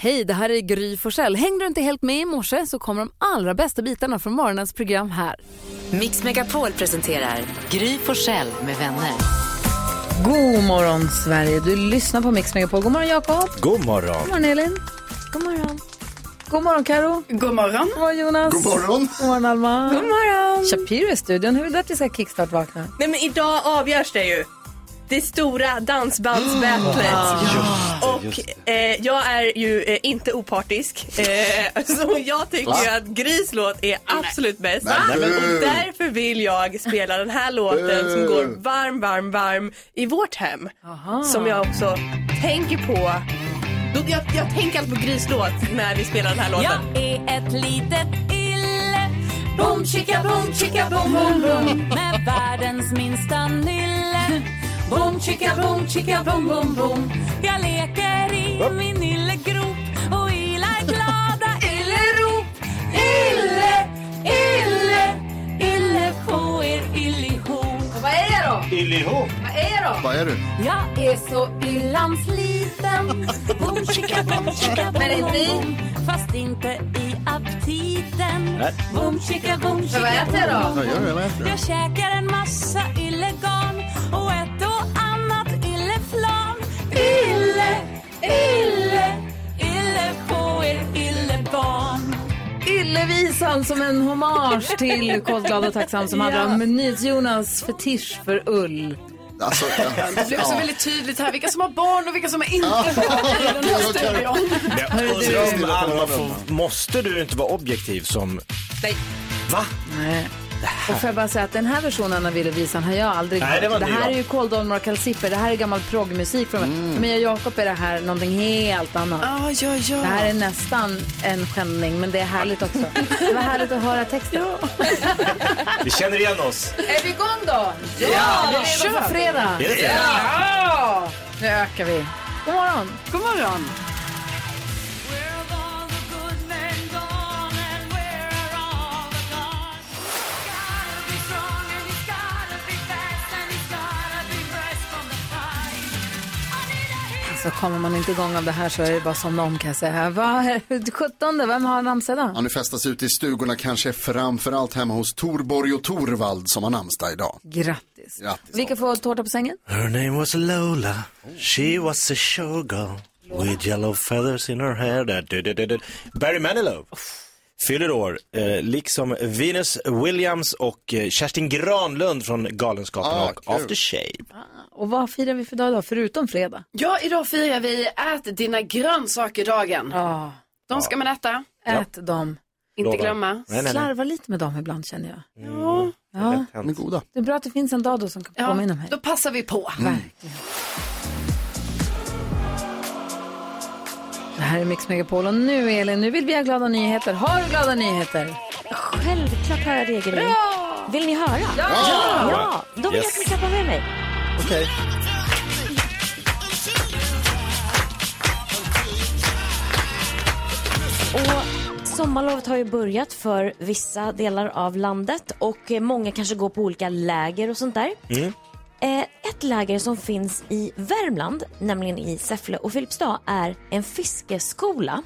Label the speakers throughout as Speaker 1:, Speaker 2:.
Speaker 1: Hej, det här är Gry Forssell. Hängde du inte helt med i morse så kommer de allra bästa bitarna från morgonens program här.
Speaker 2: Mix Megapol presenterar Gry Forssell med vänner.
Speaker 1: God morgon, Sverige. Du lyssnar på Mix Megapol. God morgon, Jakob.
Speaker 3: God
Speaker 1: God
Speaker 3: morgon.
Speaker 1: morgon, Elin. God morgon. God morgon, Karo.
Speaker 4: God morgon.
Speaker 1: God morgon, Jonas.
Speaker 5: God morgon.
Speaker 1: God morgon, Alma.
Speaker 4: God morgon.
Speaker 1: Shapiro i studion. Hur vill du att vi ska kickstart-vakna?
Speaker 4: Nej men idag avgörs det ju. Det stora dansbandsbattlet.
Speaker 6: Ah.
Speaker 4: Och eh, jag är ju eh, inte opartisk. Eh, så jag tycker ju att Grys låt är absolut bäst.
Speaker 5: Nej, men-
Speaker 4: Och därför vill jag spela den här låten som går varm, varm, varm i vårt hem. Som jag också tänker på. Då- Jag, jag tänker alltid på Grys låt när vi spelar den här låten.
Speaker 7: Jag är ett litet ille Boom, chicka, boom, chicka, boom, boom, boom Med världens minsta nylle Boom, chicka, boom, chicka, boom, boom, boom Jag leker i min yllegrop och ilar glada yllerop Ille, ille, ille få er illihop Vad är det då?
Speaker 5: Vad är du?
Speaker 7: Jag är så illans liten Boom, chicka, boom, chicka, boom, boom, boom Fast inte i aptiten Boom, chicka, boom, chicka, boom,
Speaker 5: Vad gör du? Vad heter du?
Speaker 7: Jag käkar en massa illegarn och ett och annat illeflarn Ille, ille, ille på er illebarn
Speaker 1: Illevisan alltså som en hommage till Kåt, glad och tacksam som handlar om Nyhets-Jonas fetisch för ull.
Speaker 5: Alltså,
Speaker 8: Det blev också väldigt tydligt här vilka som har barn och vilka som har inte barn i den här studion.
Speaker 3: Jag undrar om Alma, får, måste du inte vara objektiv som...
Speaker 1: Nej.
Speaker 3: Va?
Speaker 1: Och får jag bara säga att den här versionen av Illevisan har jag aldrig
Speaker 3: Nej, det var
Speaker 1: hört. Det
Speaker 3: ny,
Speaker 1: här
Speaker 3: va?
Speaker 1: är ju Kåldolmar och kalsipper. Det här är gammal proggmusik. Från
Speaker 3: Mm.
Speaker 1: För mig och Jakob är det här någonting helt annat.
Speaker 8: Ja, ja,
Speaker 1: Det
Speaker 8: ja.
Speaker 1: här är nästan en skändning, men det är härligt också. Det var härligt att höra texten.
Speaker 3: Vi känner igen oss.
Speaker 1: Är vi igång då? Ja! Vi är igång på fredag.
Speaker 3: Är det det?
Speaker 1: Nu ökar vi. God morgon.
Speaker 8: God morgon.
Speaker 1: Så Alltså, kommer man inte igång av det här så är det bara att somna om kan jag säga. Vad är 17? Vem har namnsdag idag?
Speaker 5: Ja, nu festas ute i stugorna, kanske framförallt hemma hos Torborg och Torvald som har namnsdag idag.
Speaker 1: Grattis.
Speaker 5: Grattis.
Speaker 1: Vilka får tårta på sängen?
Speaker 6: Her name was Lola. She was a showgirl with yellow feathers in her hair. Da, da, da, da, da. Barry Manilow fyller år, eh, liksom Venus Williams och eh, Kerstin Granlund från Galenskaparna
Speaker 5: Ah,
Speaker 6: och
Speaker 5: kul.
Speaker 6: After Shave.
Speaker 1: Och vad firar vi för dag idag, förutom fredag?
Speaker 8: Ja, idag firar vi ät dina grönsaker-dagen.
Speaker 1: Ja,
Speaker 8: De ska man äta,
Speaker 1: ät dem.
Speaker 8: inte
Speaker 6: Lovar.
Speaker 8: glömma.
Speaker 6: Nej, nej, nej.
Speaker 1: Slarva lite med dem ibland känner jag.
Speaker 6: Lätt
Speaker 1: Ja,
Speaker 6: hänt.
Speaker 5: De är goda.
Speaker 1: det är bra att det finns en dag då som kan
Speaker 8: Ja,
Speaker 1: påminna mig.
Speaker 8: då passar vi på.
Speaker 1: Det här är Mix Megapol och nu Elin, nu vill vi ha glada nyheter. Har du glada nyheter?
Speaker 9: Självklart har jag det, Gry. Vill ni höra? Ja! ja. Då vill jag att ni klappar med mig.
Speaker 5: Okej.
Speaker 9: Och sommarlovet har ju börjat för vissa delar av landet och eh, många kanske går på olika läger och sånt där. Eh, Ett läger som finns i Värmland, nämligen i Säffle och Filipstad, är en fiskeskola.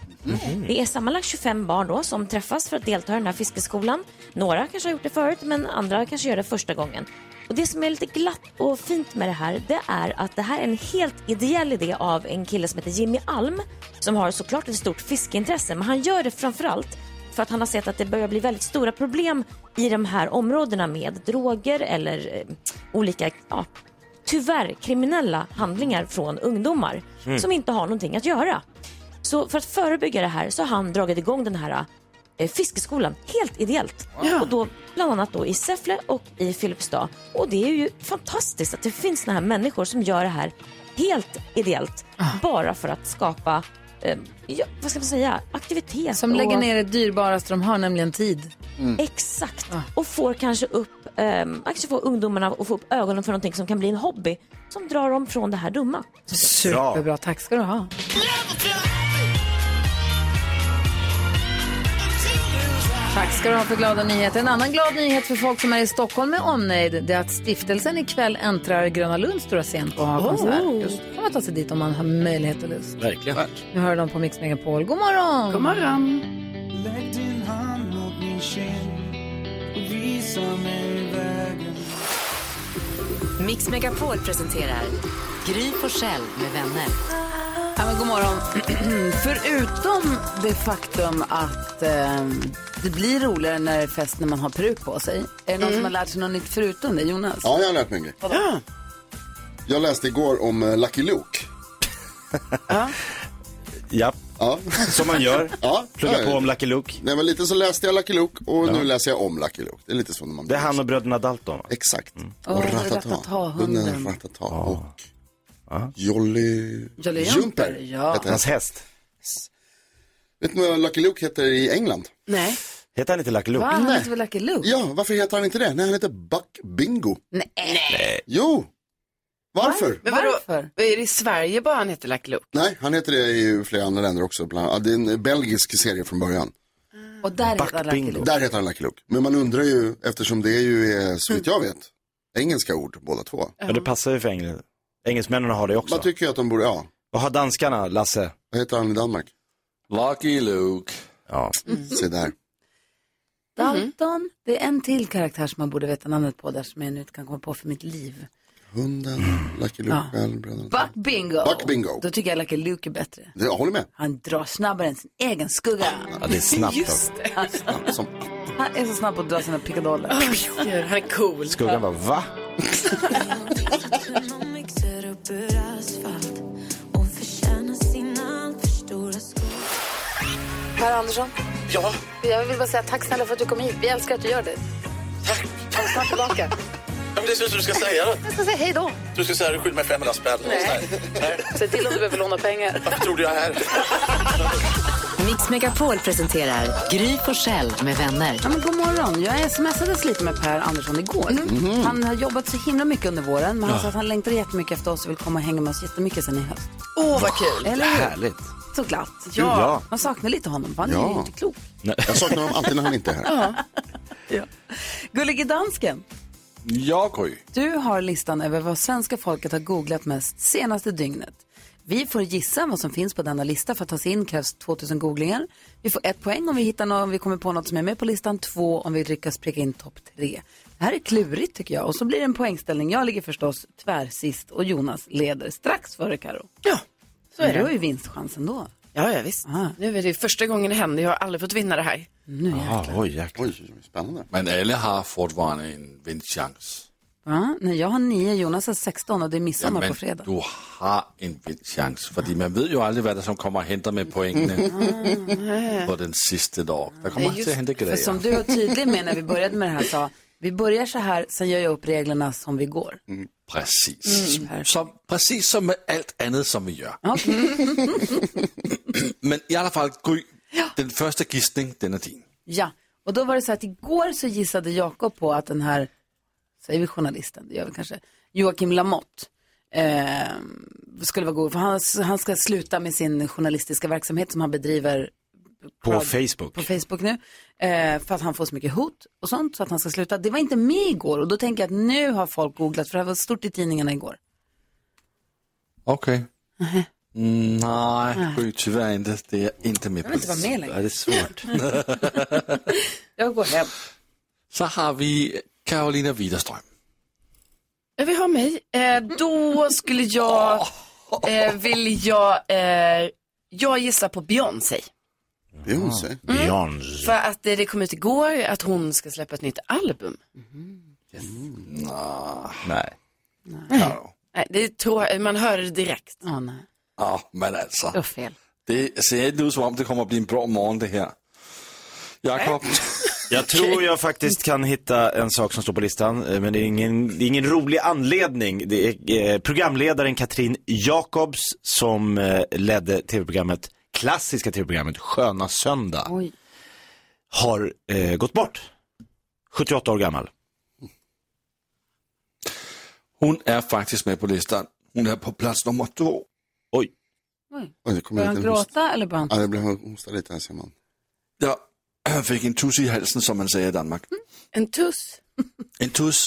Speaker 9: Det är sammanlagt 25 barn då som träffas för att delta i den här fiskeskolan. Några kanske har gjort det förut, men andra kanske gör det första gången. Och Det som är lite glatt och fint med det här, det är att det här är en helt ideell idé av en kille som heter Jimmy Alm, som har såklart ett stort fiskeintresse, men han gör det framförallt för att han har sett att det börjar bli väldigt stora problem i de här områdena med droger eller eh, olika, ja, tyvärr, kriminella handlingar från ungdomar som inte har någonting att göra. Så för att förebygga det här så har han dragit igång den här eh, fiskeskolan helt ideellt. Och då bland annat då i Säffle och i Filipstad. Och det är ju fantastiskt att det finns såna här människor som gör det här helt ideellt.
Speaker 1: Ah.
Speaker 9: Bara för att skapa, eh, ja, vad ska man säga, aktivitet.
Speaker 1: Som
Speaker 9: och...
Speaker 1: lägger ner det dyrbaraste de har, nämligen tid. Ah.
Speaker 9: Exakt. Och får kanske upp ehm, kanske får ungdomarna att få upp ögonen för någonting som kan bli en hobby som drar dem från det här dumma.
Speaker 1: Superbra, tack ska du ha.
Speaker 10: Tack ska du ha för glada nyheter. En annan glad nyhet för folk som är i Stockholm med omnejd det är att stiftelsen ikväll äntrar Gröna Lunds stora scen på oh. konsert. Just. kan man ta sig dit om man har möjlighet och lust.
Speaker 6: Verkligen.
Speaker 1: Eh,
Speaker 10: Nu hör de på Mix Megapol. God morgon!
Speaker 8: God morgon.
Speaker 2: Mix Megapol presenterar Gry Forssell med vänner.
Speaker 10: Ja, men god morgon.
Speaker 1: Förutom det faktum att eh, det blir roligare när det är fest när man har peruk på sig. Är det någon
Speaker 8: Mm.
Speaker 1: som har lärt sig något nytt förutom det, Jonas?
Speaker 5: Ja, jag har lärt mig en grej. Jag läste igår om eh, Lucky Luke.
Speaker 6: Ja,
Speaker 5: Ja.
Speaker 6: som man gör.
Speaker 5: Ja,
Speaker 6: Plugga
Speaker 5: ja,
Speaker 6: på
Speaker 5: ja.
Speaker 6: om Lucky Luke.
Speaker 5: Nej, men lite så läste jag Lucky Luke och nu läser jag om Lucky Luke. Det är lite så när man
Speaker 6: Det är han och bröderna Dalton. va? Mm. Ah.
Speaker 5: Exakt.
Speaker 1: Åh,
Speaker 5: Och
Speaker 1: Ratata,
Speaker 5: Ratata. Den
Speaker 1: hunden.
Speaker 5: där Ratata och Jolly...
Speaker 1: Jolly Jumper,
Speaker 5: Jumper.
Speaker 1: ja.
Speaker 5: heter
Speaker 6: Hans
Speaker 5: hästen.
Speaker 6: häst.
Speaker 5: Vet ni vad Lucky Luke heter i England?
Speaker 1: Nej.
Speaker 6: Heter han inte Lucky Luke?
Speaker 10: Va? Han heter väl Lucky Luke?
Speaker 5: Ja, varför heter han inte det? Nej, han heter Buck Bingo.
Speaker 1: Nej.
Speaker 5: Jo! Varför?
Speaker 8: Men vadå,
Speaker 1: Varför?
Speaker 8: är det i Sverige bara han heter Lucky Luke?
Speaker 5: Nej, han heter det i flera andra länder också. Bland annat. Det är en belgisk serie från början.
Speaker 1: Och där heter han Lucky
Speaker 6: Bingo.
Speaker 1: Luke.
Speaker 5: Där heter han Lucky Luke. Men man undrar ju, eftersom det är ju är, så vitt jag vet, engelska ord båda två.
Speaker 6: Ja, det passar ju för England. Engelsmännen har det också.
Speaker 5: Man tycker ju att de borde, ja,
Speaker 6: Vad har danskarna, Lasse?
Speaker 5: vad heter han i Danmark? Mm.
Speaker 11: Lucky Luke.
Speaker 6: Ja.
Speaker 5: Se där.
Speaker 1: Dalton,
Speaker 8: Mm-hmm.
Speaker 1: det är en till karaktär som man borde veta namnet på där som jag nu inte kan komma på för mitt liv.
Speaker 5: Hunden, Lucky Luke, själv, bröderna.
Speaker 1: Buck Bingo.
Speaker 5: Buck Bingo.
Speaker 1: Då tycker jag Lucky Luke är bättre.
Speaker 5: Det- Jag håller med.
Speaker 1: Han drar snabbare än sin egen skugga.
Speaker 6: ja, det är snabbt alltså. också.
Speaker 5: Ja, som,
Speaker 1: Han är så snabb på att dra sina pickadoller.
Speaker 8: Han är cool.
Speaker 6: Skuggan bara, va?
Speaker 10: Per Andersson? Ja? Jag vill bara säga tack snälla för att du kom hit. Vi älskar att du gör det. Tack! Kom snart tillbaka.
Speaker 11: Det syns du ska säga då.
Speaker 10: Jag ska säga hej då.
Speaker 11: Du ska säga skjut mig 500 spänn. Nej.
Speaker 10: Se till om du behöver låna pengar.
Speaker 11: Varför trodde jag här?
Speaker 2: Mix Megapol presenterar Gry Forssell med vänner.
Speaker 1: Ja, men god morgon. Jag smsades lite med Per Andersson igår.
Speaker 6: Mhm.
Speaker 1: Han har jobbat så himla mycket under våren, men han sa att han längtar jättemycket efter oss och vill komma och hänga med oss jättemycket sen i höst.
Speaker 8: Åh, vad kul.
Speaker 1: Eller hur?
Speaker 6: Härligt.
Speaker 1: Så glatt.
Speaker 6: Ja.
Speaker 1: Man saknar lite honom, för han är
Speaker 5: Ja.
Speaker 1: ju inte klok.
Speaker 5: jag saknar honom alltid när han inte är här.
Speaker 1: Gullige dansken,
Speaker 11: Ja, Gry.
Speaker 1: du har listan över vad svenska folket har googlat mest senaste dygnet. Vi får gissa vad som finns på denna lista. För att ta sig in krävs 2000 googlingar. Vi får ett poäng om vi hittar någon, om vi kommer på något som är med på listan. Två om vi lyckas pricka in topp tre. Det här är klurigt tycker jag. Och så blir det en poängställning. Jag ligger förstås tvärsist och Jonas leder strax före Karo.
Speaker 8: Ja, så
Speaker 1: Men
Speaker 8: är
Speaker 1: du har
Speaker 8: det.
Speaker 1: ju vinstchansen då.
Speaker 8: Ja, ja visst. Nu är det första gången det händer. Jag har aldrig fått vinna det här.
Speaker 6: Ja, oj, jäklar.
Speaker 5: Oj, spännande.
Speaker 11: Men alla har fortfarande en vinstchans.
Speaker 1: Ja, nej, jag har nio, Jonas har 16 och det är midsommar
Speaker 11: men
Speaker 1: på fredag.
Speaker 11: du har en vinstchans. För man vet ju aldrig vad det är som kommer att hända med poängen
Speaker 1: Ah.
Speaker 11: på den sista dagen. Det kommer alltid att hända
Speaker 1: För som
Speaker 11: grejer.
Speaker 1: du var tydlig med när vi började med det här sa, vi börjar så här, sen gör jag upp reglerna som vi går.
Speaker 5: Mm.
Speaker 11: Precis.
Speaker 1: Mm,
Speaker 11: Som, precis som med allt annat som vi gör. Men i alla fall, Gry, den första gissningen, den är din.
Speaker 1: Ja, och då var det så att igår så gissade Jakob på att den här, säger vi journalisten, det gör vi kanske, Joakim Lamotte eh, skulle vara god, för han, han ska sluta med sin journalistiska verksamhet som han bedriver
Speaker 6: På
Speaker 1: crowd-
Speaker 6: Facebook.
Speaker 1: på Facebook nu, eh, för att han får så mycket hot och sånt, så att han ska sluta. Det var inte med igår och då tänker jag att nu har folk googlat, för det här var stort i tidningarna igår.
Speaker 11: Okej. Mm,
Speaker 1: Ah.
Speaker 11: nej, Gry, tyvärr inte. Det är inte med.
Speaker 1: vill inte vara med längre.
Speaker 11: Ja, Det är svårt.
Speaker 1: Jag går hem.
Speaker 11: Så har vi Carolina Widerström.
Speaker 8: Ja, Vi har mig. Eh, då skulle jag eh, vilja jag, eh, jag gissar på Beyoncé.
Speaker 5: Beyoncé.
Speaker 6: Mm. Beyoncé.
Speaker 8: För att eh, det kom ut igår att hon ska släppa ett nytt album.
Speaker 6: Nej.
Speaker 8: Nej, det tror man hör det direkt.
Speaker 1: Ja, nej,
Speaker 11: Ja, men alltså.
Speaker 1: det var fel.
Speaker 11: Det ser inte ut som om det kommer att bli en bra morgon det här. Jakob,
Speaker 6: Äh? Jag tror jag faktiskt kan hitta en sak som står på listan, eh, men det är ingen, det är ingen rolig anledning. Det är eh, programledaren Katrin Jacobs som eh, ledde tv-programmet, klassiska tv-programmet Sköna Söndag,
Speaker 1: Oj.
Speaker 6: har eh, gått bort. 78 år gammal.
Speaker 11: hon är faktiskt med på listan. Hon är på plats nummer två.
Speaker 6: Oj.
Speaker 5: Oj, det kommer
Speaker 1: Börjar
Speaker 5: en
Speaker 1: han
Speaker 5: liten host.
Speaker 1: gråta eller börjar han...
Speaker 5: Ja, det blev hosta lite här ser man.
Speaker 11: Ja, fik en tus i halsen, som man sagde i Danmark.
Speaker 4: En tuss.
Speaker 11: En tus.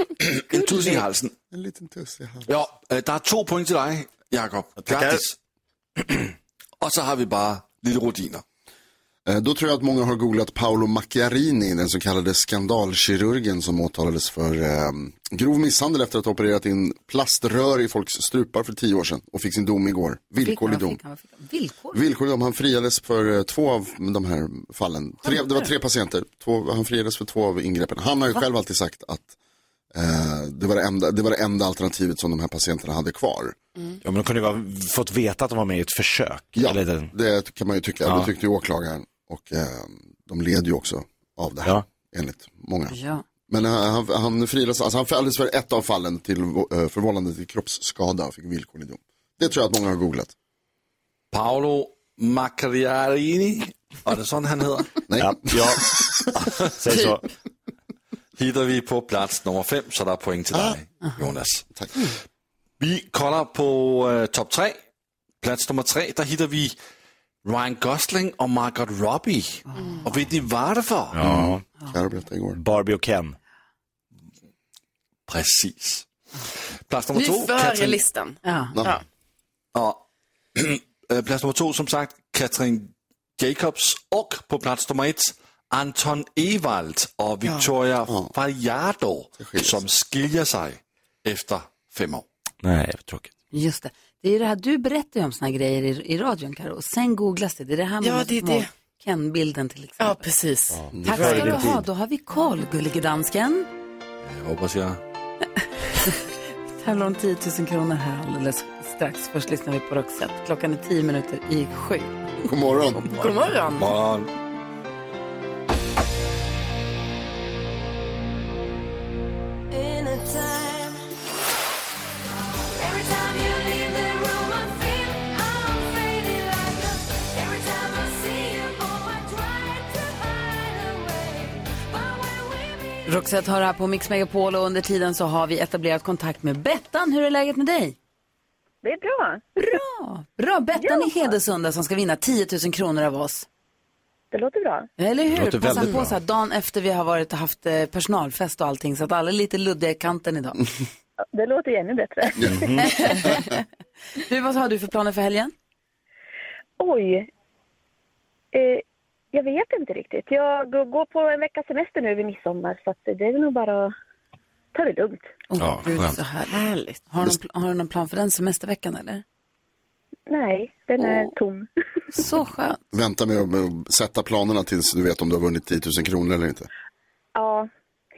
Speaker 11: en tus i halsen.
Speaker 5: En liten tuss jag har.
Speaker 11: Ja, øh, der er to point til dig, Jakob. Grattis. Og så har vi bare lille rutiner.
Speaker 5: Eh, Då tror jag att många har googlat Paolo Macchiarini, den så kallade skandalkirurgen som åtalades för eh, grov misshandel efter att ha opererat in plaströr i folks strupar för tio år sedan och fick sin dom igår. Villkorlig dom.
Speaker 10: Villkor?
Speaker 5: Villkorlig dom. Han friades för eh, två av de här fallen. Tre, det var tre patienter. Två, han friades för två av ingreppen. Han har ju
Speaker 10: Va?
Speaker 5: själv alltid sagt att eh, det, var det, enda, det var det enda alternativet som de här patienterna hade kvar.
Speaker 12: Mm.
Speaker 6: Ja, men de kunde ju ha fått veta att de var med i ett försök.
Speaker 5: Ja,
Speaker 6: Eller den-
Speaker 5: det kan man ju tycka.
Speaker 6: Ja.
Speaker 5: Det tyckte ju åklagaren. Och eh, de led ju också av det här, enligt många. Men eh, han, han friades, alltså han fälldes för ett av fallen till eh, förvållande till kroppsskada och fick villkorlig dom. Det tror jag att många har googlat.
Speaker 11: Paolo Macchiarini. Var det sådan, han hedder?
Speaker 5: Nej.
Speaker 11: Ja. ja. Säg så. Hitter vi på plats nummer fem, så der er point til dig, Jonas.
Speaker 5: Ah. Tak.
Speaker 11: Vi kolder på øh, top tre. Plats nummer tre, der hitter vi Ryan Gosling og Margot Robbie. Og ved de, hvad det for?
Speaker 6: Ja.
Speaker 11: Barbie og Ken. Præcis. Plats nummer
Speaker 8: Nu
Speaker 11: to.
Speaker 8: före
Speaker 11: Katrin-
Speaker 8: listan.
Speaker 1: Ja.
Speaker 8: Ja.
Speaker 11: Og øh, plads nummer to, som sagt, Katrin Jacobs. Og på plads nummer et, Anton Ewald og Victoria Fajardo, som skiljer sig efter fem år.
Speaker 6: Nej, vad tråkigt.
Speaker 1: Just det. Det är ju det här, du berättar ju om såna här grejer i, i radion, Karo. Sen googlas det. Det är det här med
Speaker 8: Ja,
Speaker 1: de
Speaker 8: det är
Speaker 1: små
Speaker 8: det.
Speaker 1: Ken-bilden till exempel.
Speaker 8: Ja, precis.
Speaker 5: Mm,
Speaker 1: Tack
Speaker 11: Före
Speaker 1: ska du
Speaker 11: din
Speaker 1: ha.
Speaker 11: tid.
Speaker 1: Då har vi koll, gullige dansken.
Speaker 11: Jeg håber, jeg
Speaker 1: Tävlar om 10 000 kronor här alldeles strax. Först lyssnar vi på Roxette. Klockan är 10 minuter i sju.
Speaker 5: God morgon.
Speaker 8: God morgon.
Speaker 11: morgen.
Speaker 1: Roxette har det här på Mix Megapol och under tiden så har vi etablerat kontakt med Bettan. Hur är läget med dig?
Speaker 13: Det är bra.
Speaker 1: Bra! Bra, Bettan i Hedesunda som ska vinna 10 000 kronor av oss.
Speaker 13: Det låter bra.
Speaker 1: Eller
Speaker 13: Det
Speaker 1: hur?
Speaker 13: låter
Speaker 1: Passa
Speaker 13: väldigt
Speaker 1: på
Speaker 13: bra.
Speaker 1: så här dagen efter vi har varit och haft eh, personalfest och allting så att alla är lite luddiga i kanten idag.
Speaker 13: Det låter ju ännu bättre.
Speaker 1: du, vad har du för planer för helgen?
Speaker 13: Oj. Eh, jag vet inte riktigt. Jag g- går på en veckas semester nu vid midsommar så att det är nog bara att ta det lugnt.
Speaker 1: ja, Gud,
Speaker 13: skönt.
Speaker 1: så härligt. Har, du någon, pl- har du någon plan för den semesterveckan eller?
Speaker 13: Nej, den är
Speaker 1: Åh.
Speaker 13: tom.
Speaker 1: Så skönt.
Speaker 5: Vänta med att med att sätta planerna tills du vet om du har vunnit 10 000 kronor eller inte.
Speaker 13: Ja,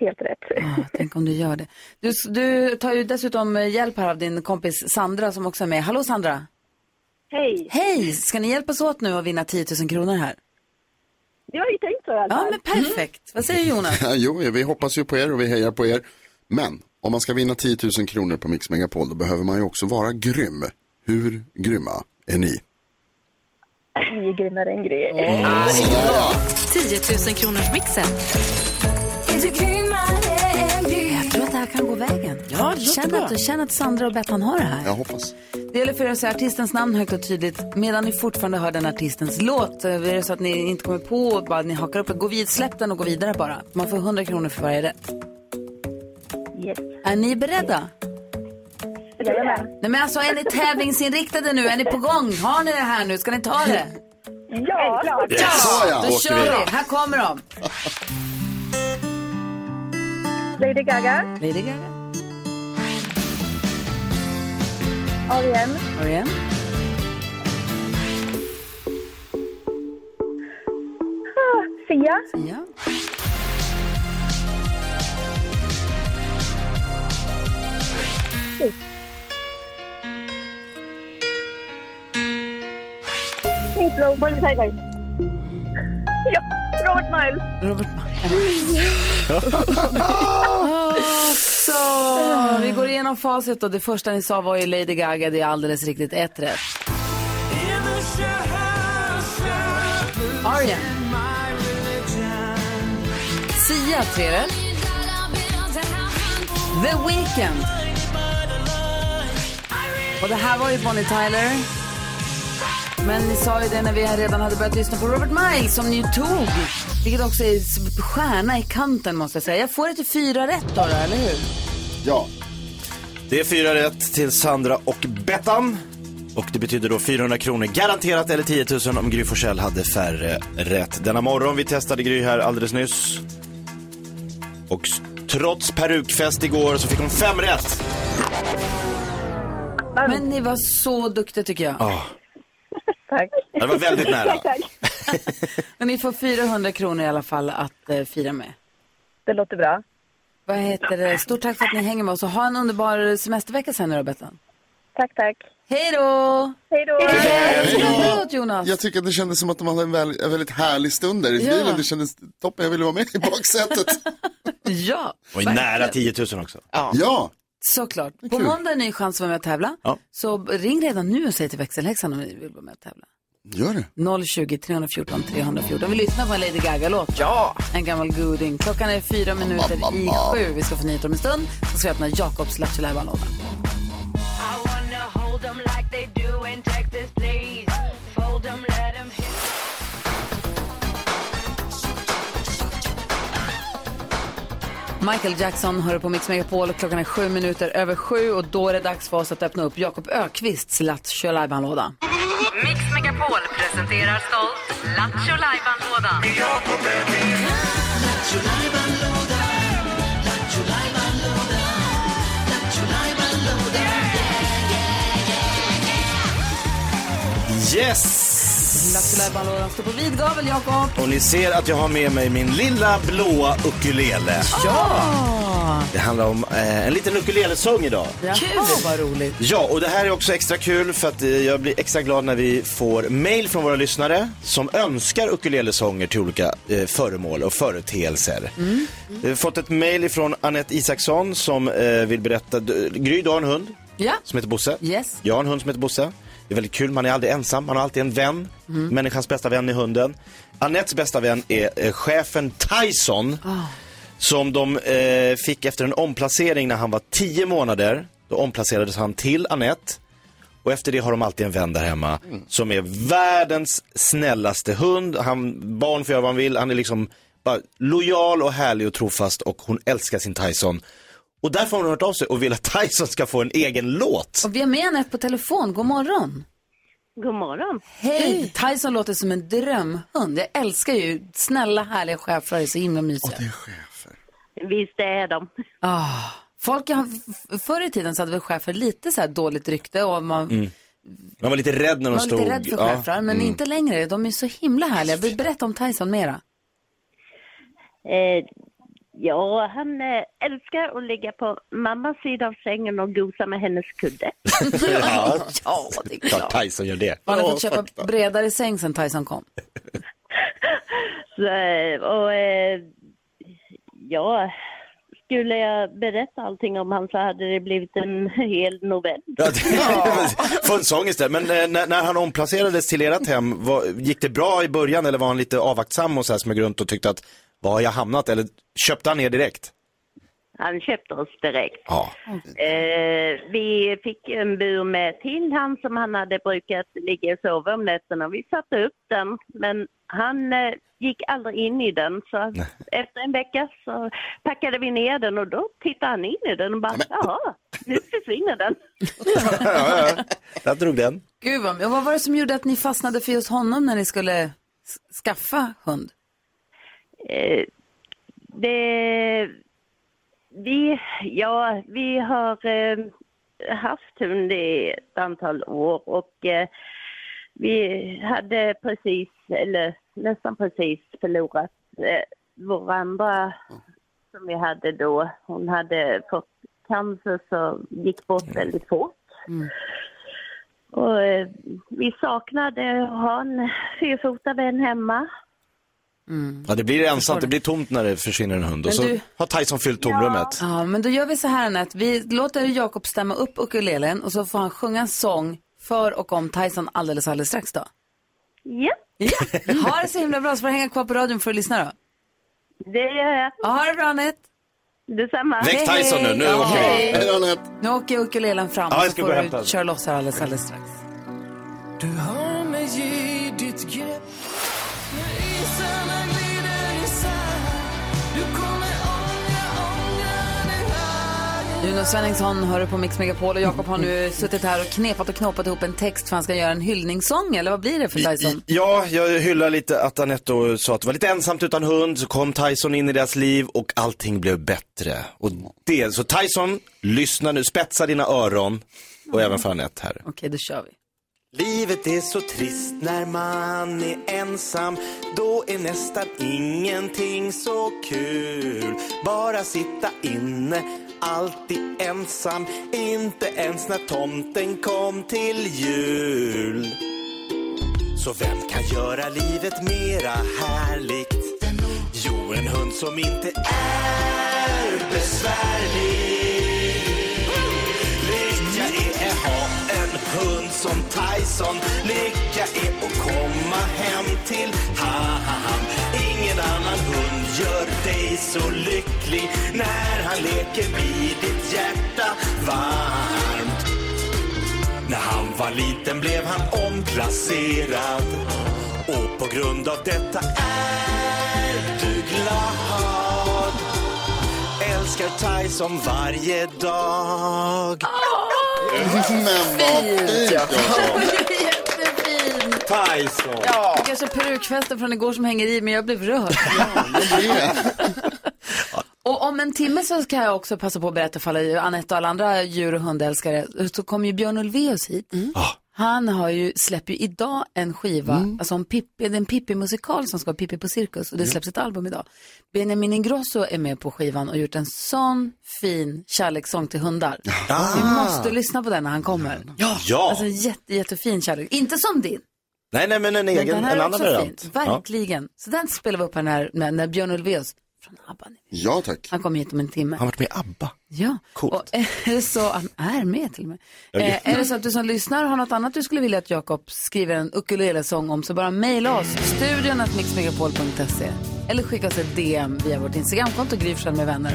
Speaker 13: helt rätt.
Speaker 1: Ah, Tänk om du gör det. Du, du tar ju dessutom eh, hjälp här av din kompis Sandra som också är med. Hallå Sandra!
Speaker 13: Hej!
Speaker 1: Hej! Ska ni hjälpas åt nu att vinna 10 000 kronor här?
Speaker 13: Det har ju tänkt så i alla
Speaker 1: fall. Ja, men perfekt. Vad säger Jonas?
Speaker 5: jo, vi hoppas ju på er och vi hejar på er. Men om man ska vinna 10 000 kronor på Mix Megapol då behöver man ju också vara grym. Hur grymma är ni?
Speaker 13: Ni är grymmare än Gry. Mm.
Speaker 2: 10 000 kronors mixen.
Speaker 1: Jag tror att det här kan gå vägen.
Speaker 8: Ja, det låter
Speaker 1: känner,
Speaker 8: bra.
Speaker 1: att, känner att Sandra och Bettan har det här.
Speaker 5: Jag hoppas.
Speaker 1: Det gäller för er att säga artistens namn högt och tydligt medan ni fortfarande hör den artistens låt. Så Är det så att ni inte kommer på, och bara ni hakar upp och gå vid, släpp den och gå vidare bara. Man får 100 kronor för varje rätt.
Speaker 13: Yes.
Speaker 1: Är ni beredda?
Speaker 13: Jajamän.
Speaker 1: Nej men alltså är ni tävlingsinriktade nu? Är ni på gång? Har ni det här nu? Ska ni ta det?
Speaker 13: Ja, klart.
Speaker 1: Ja,
Speaker 13: Såja,
Speaker 1: då
Speaker 13: åker
Speaker 1: kör
Speaker 13: vi.
Speaker 1: vi. Här kommer de.
Speaker 13: Lady Gaga,
Speaker 1: Lady Gaga,
Speaker 13: R.E.M.
Speaker 1: R.E.M.
Speaker 13: Ah, Sia.
Speaker 1: Sia.
Speaker 13: Meatloaf, Buenos Aires. Ja, Robert Miles.
Speaker 1: Robert Så, vi går igenom facit och det första ni sa var ju Lady Gaga, det är alldeles riktigt ett rätt. Arya. Sia, tre rätt. The Weeknd. Och det här var ju Bonnie Tyler. Men ni sa ju det när vi redan hade börjat lyssna på Robert Miles som ni ju tog. Vilket också är s- stjärna i kanten måste jag säga. Jag får det till fyra rätt då, då eller hur?
Speaker 5: Ja.
Speaker 6: Det är fyra rätt till Sandra och Bettan. Och det betyder då 400 kronor garanterat eller 10 000 om Gry Forssell hade färre rätt. Denna morgon, vi testade Gry här alldeles nyss. Och s- trots perukfest igår så fick hon fem rätt.
Speaker 1: Men ni var så duktiga tycker jag.
Speaker 6: Ah,
Speaker 13: Tack.
Speaker 6: det var väldigt nära.
Speaker 13: Tack, tack.
Speaker 1: Men ni får 400 kronor i alla fall att eh, fira med.
Speaker 13: Det låter bra.
Speaker 1: Vad heter det? Stort tack för att ni hänger med oss och ha en underbar semestervecka sen nu då, Bettan.
Speaker 13: Tack, tack.
Speaker 1: Hej då!
Speaker 13: Hej då!
Speaker 1: Förlåt, Jonas.
Speaker 8: Alltså-
Speaker 5: Jag tycker att det kändes som att de hade en, väl, en väldigt härlig stund där i
Speaker 1: Ja.
Speaker 5: bilen. Det kändes toppen, jag ville vara med i baksätet.
Speaker 1: ja,
Speaker 6: Och nära 10 000 också.
Speaker 5: Ja.
Speaker 1: Såklart. På
Speaker 5: Kul.
Speaker 1: måndag är ny chans att vara med och tävla.
Speaker 6: Ja.
Speaker 1: Så ring redan nu och säg till växelhäxan om ni vill vara med och tävla.
Speaker 5: Gör det.
Speaker 1: 020 314 314. Vi lyssnar på en Lady Gaga-låt. Ja! En gammal goding. Klockan är fyra minuter i sju. Vi ska få nyheter om en stund. Så ska vi öppna Jakobs Lattjo Lajban-låda. Michael Jackson hör på Mix Megapol och klockan är sju minuter över sju och då är det dags för oss att öppna upp Jakob Ökvists Lattjo Lajban-låda.
Speaker 2: Mix Megapol presenterar stolt Lattjo Lajban-lådan.
Speaker 6: Yes!
Speaker 1: Lajban-lådan står på vid gavel, Jakob.
Speaker 6: Och ni ser att jag har med mig min lilla blåa ukulele.
Speaker 1: Ja!
Speaker 6: Det handlar om eh, en liten ukulelesång idag.
Speaker 1: Kul! vad roligt.
Speaker 6: Ja, och det här är också extra kul för att eh, jag blir extra glad när vi får mail från våra lyssnare som önskar ukulelesånger till olika eh, föremål och företeelser.
Speaker 1: Mm.
Speaker 6: Eh, Vi har fått ett mail ifrån Anette Isaksson som eh, vill berätta, du- Gry du har en hund
Speaker 1: Ja.
Speaker 6: som heter Bosse.
Speaker 1: Yes.
Speaker 6: Jag har en hund som heter Bosse. Det är väldigt kul, man är aldrig ensam, man har alltid en vän.
Speaker 1: Mm.
Speaker 6: Människans bästa vän är hunden. Anettes bästa vän är eh, chefen Tyson.
Speaker 1: Ah.
Speaker 6: Som de eh, fick efter en omplacering när han var 10 månader. Då omplacerades han till Annette. Och efter det har de alltid en vän där hemma som är världens snällaste hund. Han, barn får göra vad han vill. Han är liksom bara lojal och härlig och trofast och hon älskar sin Tyson. Och därför har hon hört av sig och vill att Tyson ska få en egen låt.
Speaker 1: Och vi har med Anette på telefon. God morgon.
Speaker 14: God morgon.
Speaker 1: Hej! Tyson låter som en drömhund. Jag älskar ju snälla, härliga schäfrar. Det är så himla mysiga.
Speaker 14: Visst är de.
Speaker 1: Ah, folk har, f- förr i tiden så hade väl chefer lite så här dåligt rykte och man
Speaker 6: Mm. Man var lite rädd när de
Speaker 1: var
Speaker 6: stod.
Speaker 1: lite rädd för
Speaker 6: Ja,
Speaker 1: schäfrar, men
Speaker 6: mm.
Speaker 1: inte längre. De är så himla härliga. Berätta om Tyson mera.
Speaker 14: Eh, ja, han eh, älskar att ligga på mammas sida av sängen och gosa med hennes kudde.
Speaker 6: ja.
Speaker 1: ja, det är
Speaker 6: klart. Tyson gör det.
Speaker 1: Har ni fått köpa bredare säng sen Tyson kom?
Speaker 14: Så, eh, och eh, ja, skulle jag berätta allting om han så hade det blivit en hel novell.
Speaker 6: Få en sång istället. Men eh, när, när han omplacerades till ert hem, var, gick det bra i början eller var han lite avvaktsam och så här smög runt och tyckte att var har jag hamnat? Eller köpte han er direkt?
Speaker 14: Han köpte oss direkt.
Speaker 6: Ja.
Speaker 14: Eh, vi fick ju en bur med till han som han hade brukat ligga och sova om nätterna. Vi satte upp den, men han eh, gick aldrig in i den. Så efter en vecka så packade vi ner den och då tittade han in i den och bara, jaha, nu försvinner den.
Speaker 6: Där drog den.
Speaker 1: Gud vad, och vad var det som gjorde att ni fastnade för just honom när ni skulle s- skaffa hund?
Speaker 14: Eh, det, vi, ja, vi har eh, haft hund i ett antal år och eh, vi hade precis, eller nästan precis förlorat eh, vår andra som vi hade då. Hon hade fått cancer så gick bort väldigt fort. Och, eh, vi saknade att ha en fyrfotad vän hemma.
Speaker 6: Ja, det blir ensamt, det blir tomt när det försvinner en hund. Och
Speaker 1: Men
Speaker 6: så
Speaker 1: du-
Speaker 6: har Tyson fyllt tomrummet.
Speaker 1: Ja, men då gör vi så här Anette. Vi låter Jakob stämma upp ukulelen och så får han sjunga en sång för och om Tyson alldeles, alldeles strax då.
Speaker 14: Ja.
Speaker 1: Ja, ha det så himla bra så får du hänga kvar på radion för att lyssna då.
Speaker 14: Det gör jag.
Speaker 1: Ja, ha det bra Anette.
Speaker 14: Detsamma.
Speaker 6: Väck Tyson nu, nu åker vi. Hej då,
Speaker 5: Anette.
Speaker 1: Nu åker ukulelen fram
Speaker 6: Ja, jag
Speaker 1: och så
Speaker 6: ska
Speaker 1: får
Speaker 6: gå och
Speaker 1: du
Speaker 6: hämta den.
Speaker 1: köra loss här alldeles, alldeles strax.
Speaker 8: Du hör mig
Speaker 1: Linus Svenningsson hör du på Mix Megapol och Jakob har nu suttit här och knepat och knåpat ihop en text för han ska göra en hyllningssång eller vad blir det för Tyson?
Speaker 6: Ja, jag hyllar lite att Anette sa att det var lite ensamt utan hund, så kom Tyson in i deras liv och allting blev bättre. Och det, så Tyson, lyssna nu, spetsa dina öron och även för Anette här.
Speaker 1: Okej, då kör vi.
Speaker 6: Livet är så trist när man är ensam Då är nästan ingenting så kul Bara sitta inne, alltid ensam Inte ens när tomten kom till jul Så vem kan göra livet mera härligt? Jo, en hund som inte är besvärlig Lycka är att ha en hund som Tyson Lycka är att komma hem till han Ingen annan hund gör dig så lycklig När han leker blir ditt hjärta varmt När han var liten blev han omplacerad Och på grund av detta är du glad Älskar Tyson varje dag
Speaker 5: Men vad fint!
Speaker 1: Jättefin!
Speaker 6: Tyson!
Speaker 1: Ja. Det kanske är perukfesten från igår som hänger i men jag blev rörd. Och om en timme så kan jag också passa på att berätta för alla Anette och alla andra djur och hundälskare. Så kommer ju Björn Ulvaeus hit. Han har ju, släpper ju idag en skiva, alltså om Pippi, det är en Pippi-musikal som ska vara Pippi på Cirkus och det
Speaker 15: Mm.
Speaker 1: släpps ett album idag. Benjamin Ingrosso är med på skivan och gjort en sån fin kärlekssång till hundar. Vi måste lyssna på den när han kommer. Ja!
Speaker 6: Ja.
Speaker 1: Alltså en jätte, jättefin kärlek. Inte som din.
Speaker 6: Nej, nej, men en
Speaker 1: Men
Speaker 6: egen,
Speaker 1: den här
Speaker 6: en
Speaker 1: är
Speaker 6: annan
Speaker 1: också
Speaker 6: variant.
Speaker 1: fin. Verkligen. Så den spelar vi upp här när, när, när Björn Ulvaeus,
Speaker 5: Ja, tack.
Speaker 1: han kommer hit om en timme.
Speaker 6: varit med i ABBA.
Speaker 1: Ja, och är det så, han är med till och med.
Speaker 5: Ja, ja.
Speaker 1: Eh, är det så att du som lyssnar har något annat du skulle vilja att Jakob skriver en ukulelesång om så bara mejla oss, studion att mixmegapol.se eller skicka oss ett DM via vårt Instagramkonto Gry Forssell med vänner.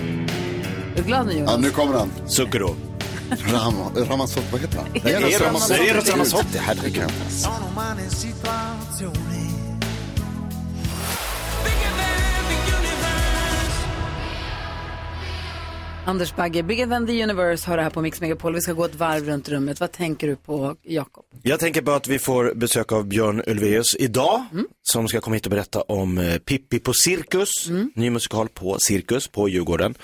Speaker 1: Är du glad nu Jonas?
Speaker 5: Ja, nu kommer han.
Speaker 6: Zucchero.
Speaker 5: Ram, Ramazzotti, vad heter han?
Speaker 1: Det är
Speaker 5: Eros Ramazzotti.
Speaker 1: Ramazzotti. Det är Eros Ramazzotti,
Speaker 5: herregud.
Speaker 7: Sono umane situazioni.
Speaker 1: Anders Bagge, Bigger than the universe har det här på Mix Megapol. Vi ska gå ett varv runt rummet. Vad tänker du på Jakob?
Speaker 6: Jag tänker på att vi får besök av Björn Ulvaeus idag som ska komma hit och berätta om eh, Pippi på Cirkus, ny musikal på Cirkus på Djurgården.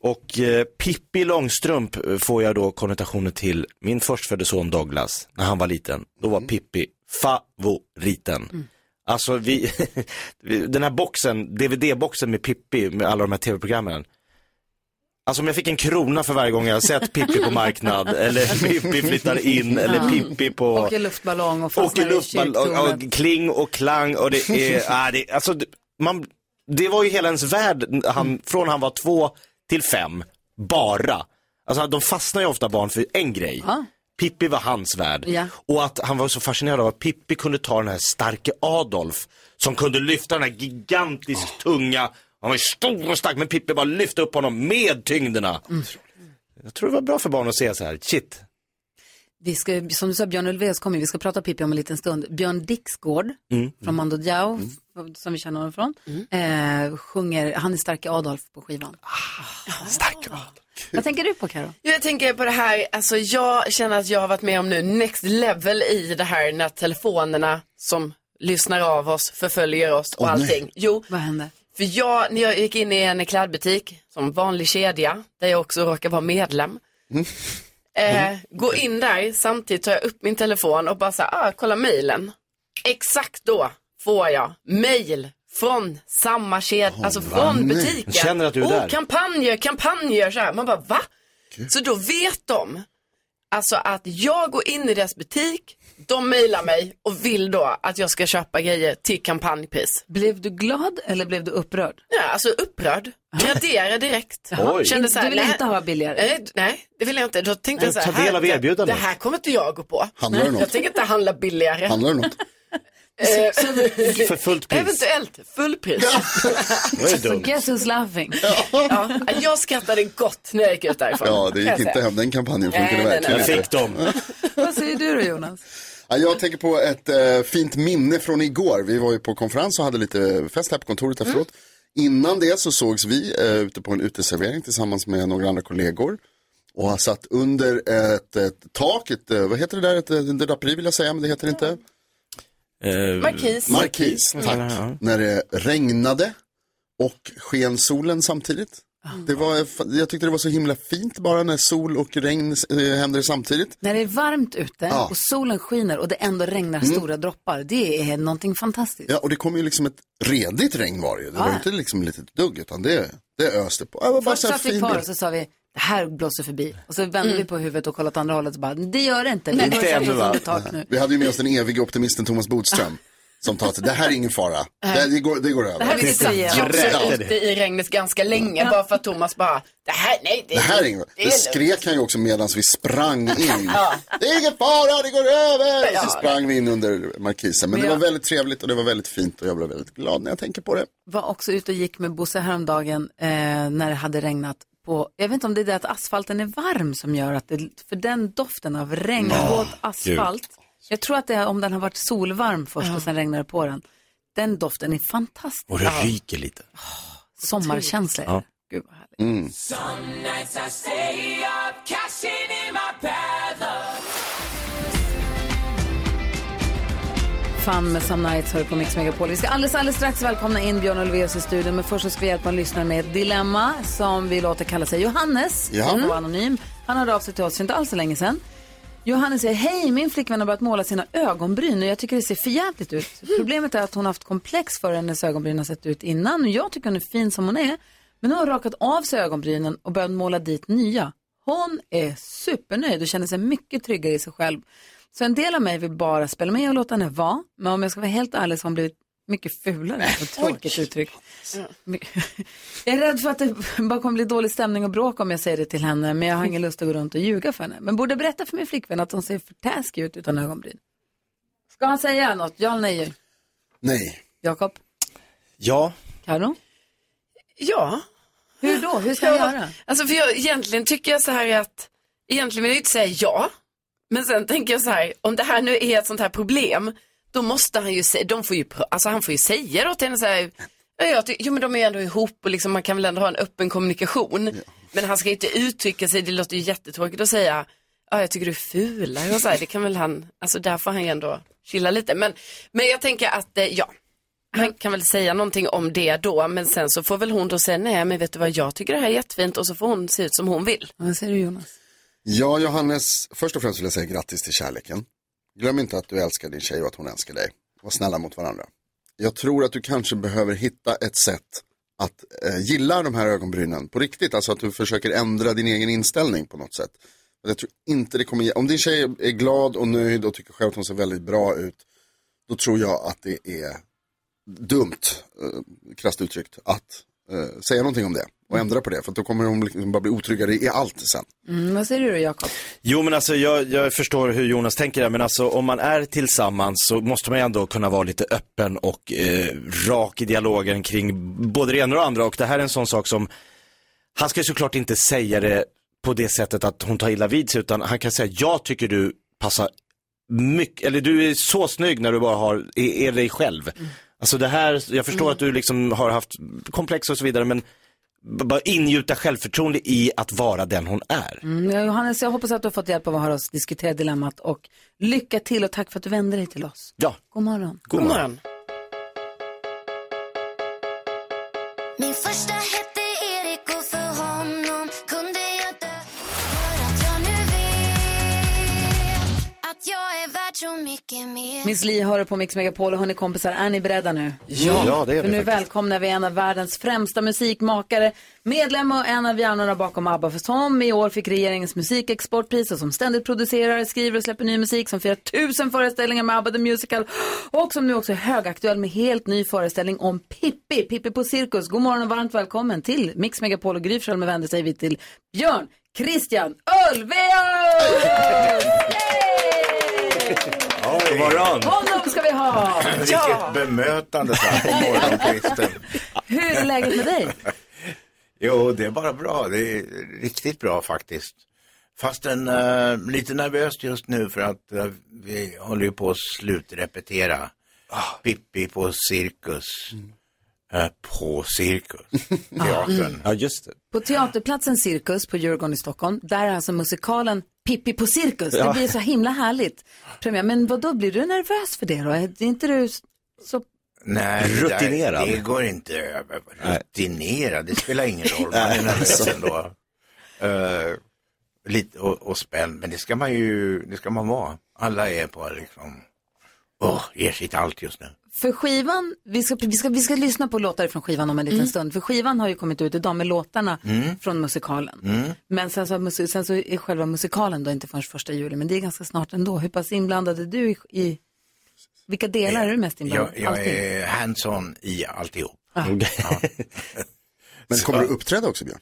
Speaker 6: Och eh, Pippi Långstrump eh, får jag då konnotationer till min förstfödde son Douglas när han var liten. Då var Pippi favoriten. Alltså vi, den här boxen, DVD-boxen med Pippi med alla de här tv-programmen. Alltså om jag fick en krona för varje gång jag har sett Pippi på marknad eller Pippi flyttar in eller
Speaker 1: Ja.
Speaker 6: Pippi på...
Speaker 1: Åker luftballong och
Speaker 6: Åker
Speaker 1: fastnar i
Speaker 6: luftballong, och,
Speaker 1: kyrktornet.
Speaker 6: och kling och klang och det är, ah, det, alltså, det- man, det var ju hela ens värld han,
Speaker 1: Mm.
Speaker 6: från han var två till fem, bara. Alltså de fastnar ju ofta barn för en grej. Pippi var hans värld.
Speaker 1: Ja.
Speaker 6: Och att han var så fascinerad av att Pippi kunde ta den här starke Adolf som kunde lyfta den här gigantisk tunga, han var ju stor och stark men Pippi bara lyfte upp honom med tyngderna.
Speaker 1: Mm.
Speaker 6: Jag tror det var bra för barn att se så här, shit,
Speaker 1: Vi ska, som du sa, Björn Ulvaeus kommer ju. Vi ska prata Pippi om en liten stund. Björn Dixgård
Speaker 15: Mm.
Speaker 1: från Mando Diao, f- som vi känner honom från,
Speaker 5: Mm.
Speaker 1: eh, sjunger, han är starke Adolf på skivan.
Speaker 5: Ah,
Speaker 6: starke
Speaker 8: Adolf.
Speaker 1: Vad tänker du på Karo?
Speaker 8: Jag tänker på det här, alltså jag känner att jag har varit med om nu next level i det här när telefonerna som lyssnar av oss förföljer oss och
Speaker 1: Åh, nej.
Speaker 8: allting. Jo,
Speaker 1: Vad hände?
Speaker 8: för jag, när jag gick in i en klädbutik, som vanlig kedja, där jag också råkar vara medlem.
Speaker 1: Mm.
Speaker 8: Eh, gå in där, samtidigt tar jag upp min telefon och bara så här, ah, kolla mejlen. Exakt då får jag mejl från samma kedja, alltså från
Speaker 6: nej.
Speaker 8: butiken.
Speaker 6: Jag känner att du är
Speaker 8: oh,
Speaker 6: där."
Speaker 8: kampanjer, kampanjer, så här. Man bara, va? Så då vet de, alltså att jag går in i deras butik, de mejlar mig och vill då att jag ska köpa grejer till kampanjpris.
Speaker 1: Blev du glad eller blev du upprörd?
Speaker 8: Ja, alltså upprörd. Radera direkt.
Speaker 1: Oj.
Speaker 8: Kände så här,
Speaker 1: Du vill
Speaker 8: nej.
Speaker 1: inte ha billigare?
Speaker 8: Nej, nej, det vill jag inte. Då tänkte
Speaker 1: Nej,
Speaker 8: jag så här,
Speaker 1: Eh, ta del
Speaker 8: här,
Speaker 1: av
Speaker 8: det-
Speaker 1: erbjudandet.
Speaker 8: Det här kommer inte jag gå på.
Speaker 5: Handlar det
Speaker 8: Nej.
Speaker 5: något?
Speaker 8: Jag tänker inte handla billigare.
Speaker 5: Handlar det något?
Speaker 8: Eh,
Speaker 5: För fullt pris.
Speaker 8: Eventuellt fullpris.
Speaker 5: Det är
Speaker 1: Så guess who's laughing?
Speaker 8: ja, jag skrattade gott när jag gick ut därifrån.
Speaker 5: Ja, det
Speaker 8: kan jag
Speaker 5: gick inte
Speaker 8: säga.
Speaker 5: hem. Den kampanjen funkade
Speaker 8: Nej, nej, nej.
Speaker 5: verkligen
Speaker 8: Jag
Speaker 5: inte.
Speaker 1: Vad säger du då Jonas?
Speaker 5: Ja, Jag tänker på ett eh, fint minne från igår. Vi var ju på konferens och hade lite fest här på kontoret
Speaker 8: Mm.
Speaker 5: efteråt. Innan det så sågs vi eh, ute på en uteservering tillsammans med några andra kollegor. Och han satt under ett, ett tak, ett, eh, vad heter det där, ett, ett draperi vill jag säga, men det heter det inte.
Speaker 8: Markis. Mm.
Speaker 5: Markis, tack.
Speaker 8: Ja.
Speaker 5: När det regnade och sken solen samtidigt.
Speaker 1: Mm.
Speaker 5: Det var, jag tyckte det var så himla fint bara när sol och regn eh, händer samtidigt.
Speaker 1: När det är varmt ute
Speaker 5: Ja.
Speaker 1: och solen skiner och det ändå regnar
Speaker 5: Ah. Mm.
Speaker 1: stora droppar, det är någonting fantastiskt.
Speaker 5: Ja, och det kom ju liksom ett redigt regn var det ju. Det var
Speaker 1: Ja.
Speaker 5: inte liksom ett litet dugg, utan det, det öste på. Det var bara
Speaker 1: Först
Speaker 5: så här
Speaker 1: satt vi
Speaker 5: fin
Speaker 1: kvar
Speaker 5: bild.
Speaker 1: och så sa vi, det här blåser förbi. Och så vände
Speaker 5: Mm.
Speaker 1: vi på huvudet och kollade åt andra hållet och bara, det gör det inte. Vi går och sätter oss under tak nu.
Speaker 5: Vi hade ju med oss den evige optimisten Thomas Bodström. Som tar att det här är ingen fara. Det, här, det, går, det går över.
Speaker 8: Det här visste vi
Speaker 5: Ja,
Speaker 8: också ute i regnet ganska länge bara för att Thomas bara, det här, nej, det,
Speaker 5: Det här är ingen
Speaker 8: det
Speaker 5: Det
Speaker 8: är lugnt.
Speaker 5: skrek han ju också medan vi sprang in.
Speaker 8: Ja.
Speaker 5: Det är ingen fara, det går över! Så
Speaker 1: Ja.
Speaker 5: sprang vi in under markisen. Men det var väldigt trevligt och det var väldigt fint och jag blev väldigt glad när jag tänker på det.
Speaker 1: var också ute och gick med Bosse häromdagen eh, när det hade regnat. På, jag vet inte om det är det att asfalten är varm som gör att det, för den doften av regnvåt asfalt, jag tror att det är om den har varit solvarm först och sen regnar det på den. Den doften är fantastisk.
Speaker 6: Och det ryker lite.
Speaker 1: Sommarkänsla.
Speaker 6: Ja.
Speaker 1: Gud
Speaker 5: Mm.
Speaker 7: Some nights I stay up, cashing in my bad
Speaker 1: Fan med Some Nights hör du på Mix Megapol. Vi ska alldeles, alldeles strax välkomna in Björn Ulvaeus i studion. Men först så ska vi hjälpa en lyssnare med ett dilemma som vi låter kalla sig Johannes.
Speaker 10: Ja.
Speaker 1: Han var anonym. Han hörde av sig till oss för inte alls så länge sedan. Johannes säger, hej min flickvän har börjat måla sina ögonbryn och jag tycker det ser för jävligt ut. Problemet är att hon har haft komplex för hur hennes ögonbryn har sett ut innan och jag tycker hon är fin som hon är. Men nu har hon rakat av sig ögonbrynen och börjat måla dit nya. Hon är supernöjd och känner sig mycket tryggare i sig själv. Så en del av mig vill bara spela med och låta henne vara. Men om jag ska vara helt ärlig så har hon blivit mycket fulare. Vad Tråkigt uttryck.
Speaker 8: Mm.
Speaker 1: Jag är rädd för att det bara kommer bli dålig stämning och bråk om jag säger det till henne, men jag har ingen lust att gå runt och ljuga för henne. Men borde jag berätta för min flickvän att hon ser för taskig ut utan ögonbryn. Ska han säga något? Ja eller nej?
Speaker 5: Nej.
Speaker 1: Jakob?
Speaker 6: Ja.
Speaker 1: Karo?
Speaker 8: Ja.
Speaker 1: Hur då? Hur ska jag göra?
Speaker 8: Alltså för jag, egentligen tycker jag så här att, egentligen vill jag ju inte säga ja. Men sen tänker jag så här, om det här nu är ett sånt här problem, då måste han ju säga, de får ju, pr- alltså han får ju säga då till henne så här, ja, jag tycker, jo men de är ju ändå ihop och liksom man kan väl ändå ha en öppen kommunikation. Men han ska ju inte uttrycka sig, det låter ju jättetråkigt att säga, ja jag tycker du är fulare och så här, det kan väl han, alltså där får han ju ändå chilla lite. Men, men jag tänker att, eh, ja. Han kan väl säga någonting om det då, men sen så får väl hon då säga nej, men vet du vad, jag tycker det här är jättefint och så får hon se ut som hon vill.
Speaker 1: Vad säger du Jonas?
Speaker 5: Ja, Johannes, först och främst vill jag säga grattis till kärleken. Glöm inte att du älskar din tjej och att hon älskar dig. Var snälla mot varandra. Jag tror att du kanske behöver hitta ett sätt att eh, gilla de här ögonbrynen på riktigt. Alltså att du försöker ändra din egen inställning på något sätt. Men Jag tror inte det kommer ge... Om din tjej är glad och nöjd och tycker själv att hon ser väldigt bra ut. Då tror jag att det är dumt, eh, krasst uttryckt, att eh, säga någonting om det. Och ändra på det. För att då kommer hon liksom bara bli otryggare i allt sen.
Speaker 1: Mm, vad säger du då Jakob?
Speaker 6: Jo men alltså jag, jag förstår hur Jonas tänker där, men alltså om man är tillsammans så måste man ju ändå kunna vara lite öppen och eh, rak i dialogen kring både det ena och det andra och det här är en sån sak som, han ska ju såklart inte säga det på det sättet att hon tar illa vid sig utan han kan säga jag tycker du passar mycket, eller du är så snygg när du bara har, är, är dig själv. Alltså det här, jag förstår att du liksom har haft komplex och så vidare men b- bara ingjuta självförtroende i att vara den hon är.
Speaker 1: Mm, ja, Johannes, jag hoppas att du har fått hjälp av att höra oss diskutera dilemmat och lycka till och tack för att du vände dig till oss.
Speaker 6: Ja.
Speaker 1: God morgon.
Speaker 6: God God morgon. morgon.
Speaker 7: Min första hette Erik och för honom kunde jag dö
Speaker 15: Att jag är värd så mycket mer
Speaker 1: Miss Li hör på Mix Megapol och hörni kompisar, är ni beredda nu?
Speaker 15: Ja. Ja, det är vi
Speaker 1: För nu
Speaker 15: faktiskt.
Speaker 1: välkomnar vi en av världens främsta musikmakare, medlem och en av hjärnorna bakom ABBA för som i år fick regeringens musikexportpris och som ständigt producerar, skriver och släpper ny musik, som firar tusen föreställningar med ABBA The Musical och som nu också är högaktuell med helt ny föreställning om Pippi, Pippi på Cirkus. God morgon och varmt välkommen till Mix Megapol och Gry Forssell med vänder sig vi till Björn Christian Ulvaeus!
Speaker 16: God morgon!
Speaker 1: Honom ska vi ha!
Speaker 16: Vilket bemötande så här på morgonkvisten.
Speaker 1: Hur är läget med dig?
Speaker 16: Jo, det är bara bra. Det är riktigt bra faktiskt. Fastän eh, lite nervöst just nu för att eh, vi håller ju på att slutrepetera Pippi på cirkus. eh, på Cirkus, teatern.
Speaker 6: Ja, just det.
Speaker 1: På teaterplatsen Cirkus på Djurgården i Stockholm, där är alltså musikalen Pippi på Cirkus.
Speaker 6: Ja.
Speaker 1: Det blir så himla härligt. Premiär. Men vad då blir du nervös för det då? Är inte du s- så...
Speaker 16: Nej, det där-
Speaker 6: Rutinerad.
Speaker 16: Det går inte över. Rutinerad, det spelar ingen roll. Man är nervös
Speaker 5: alltså.
Speaker 16: ändå. Eh, lite och, och spänd, men det ska man ju, det ska man vara. Alla är på liksom, åh, ger sitt allt just nu.
Speaker 1: För skivan, vi ska, vi, ska, vi ska lyssna på låtar från skivan om en liten stund. För skivan har ju kommit ut idag med låtarna
Speaker 16: Mm.
Speaker 1: från musikalen.
Speaker 16: Mm.
Speaker 1: Men sen så, har musik- sen så är själva musikalen då inte förrän första juli, men det är ganska snart ändå. Hur pass inblandad är du i... i vilka delar är du mest inblandad
Speaker 16: Eh, Jag, jag
Speaker 1: Allting.
Speaker 16: är hands-on i alltihop.
Speaker 5: Men kommer du uppträda också Björn?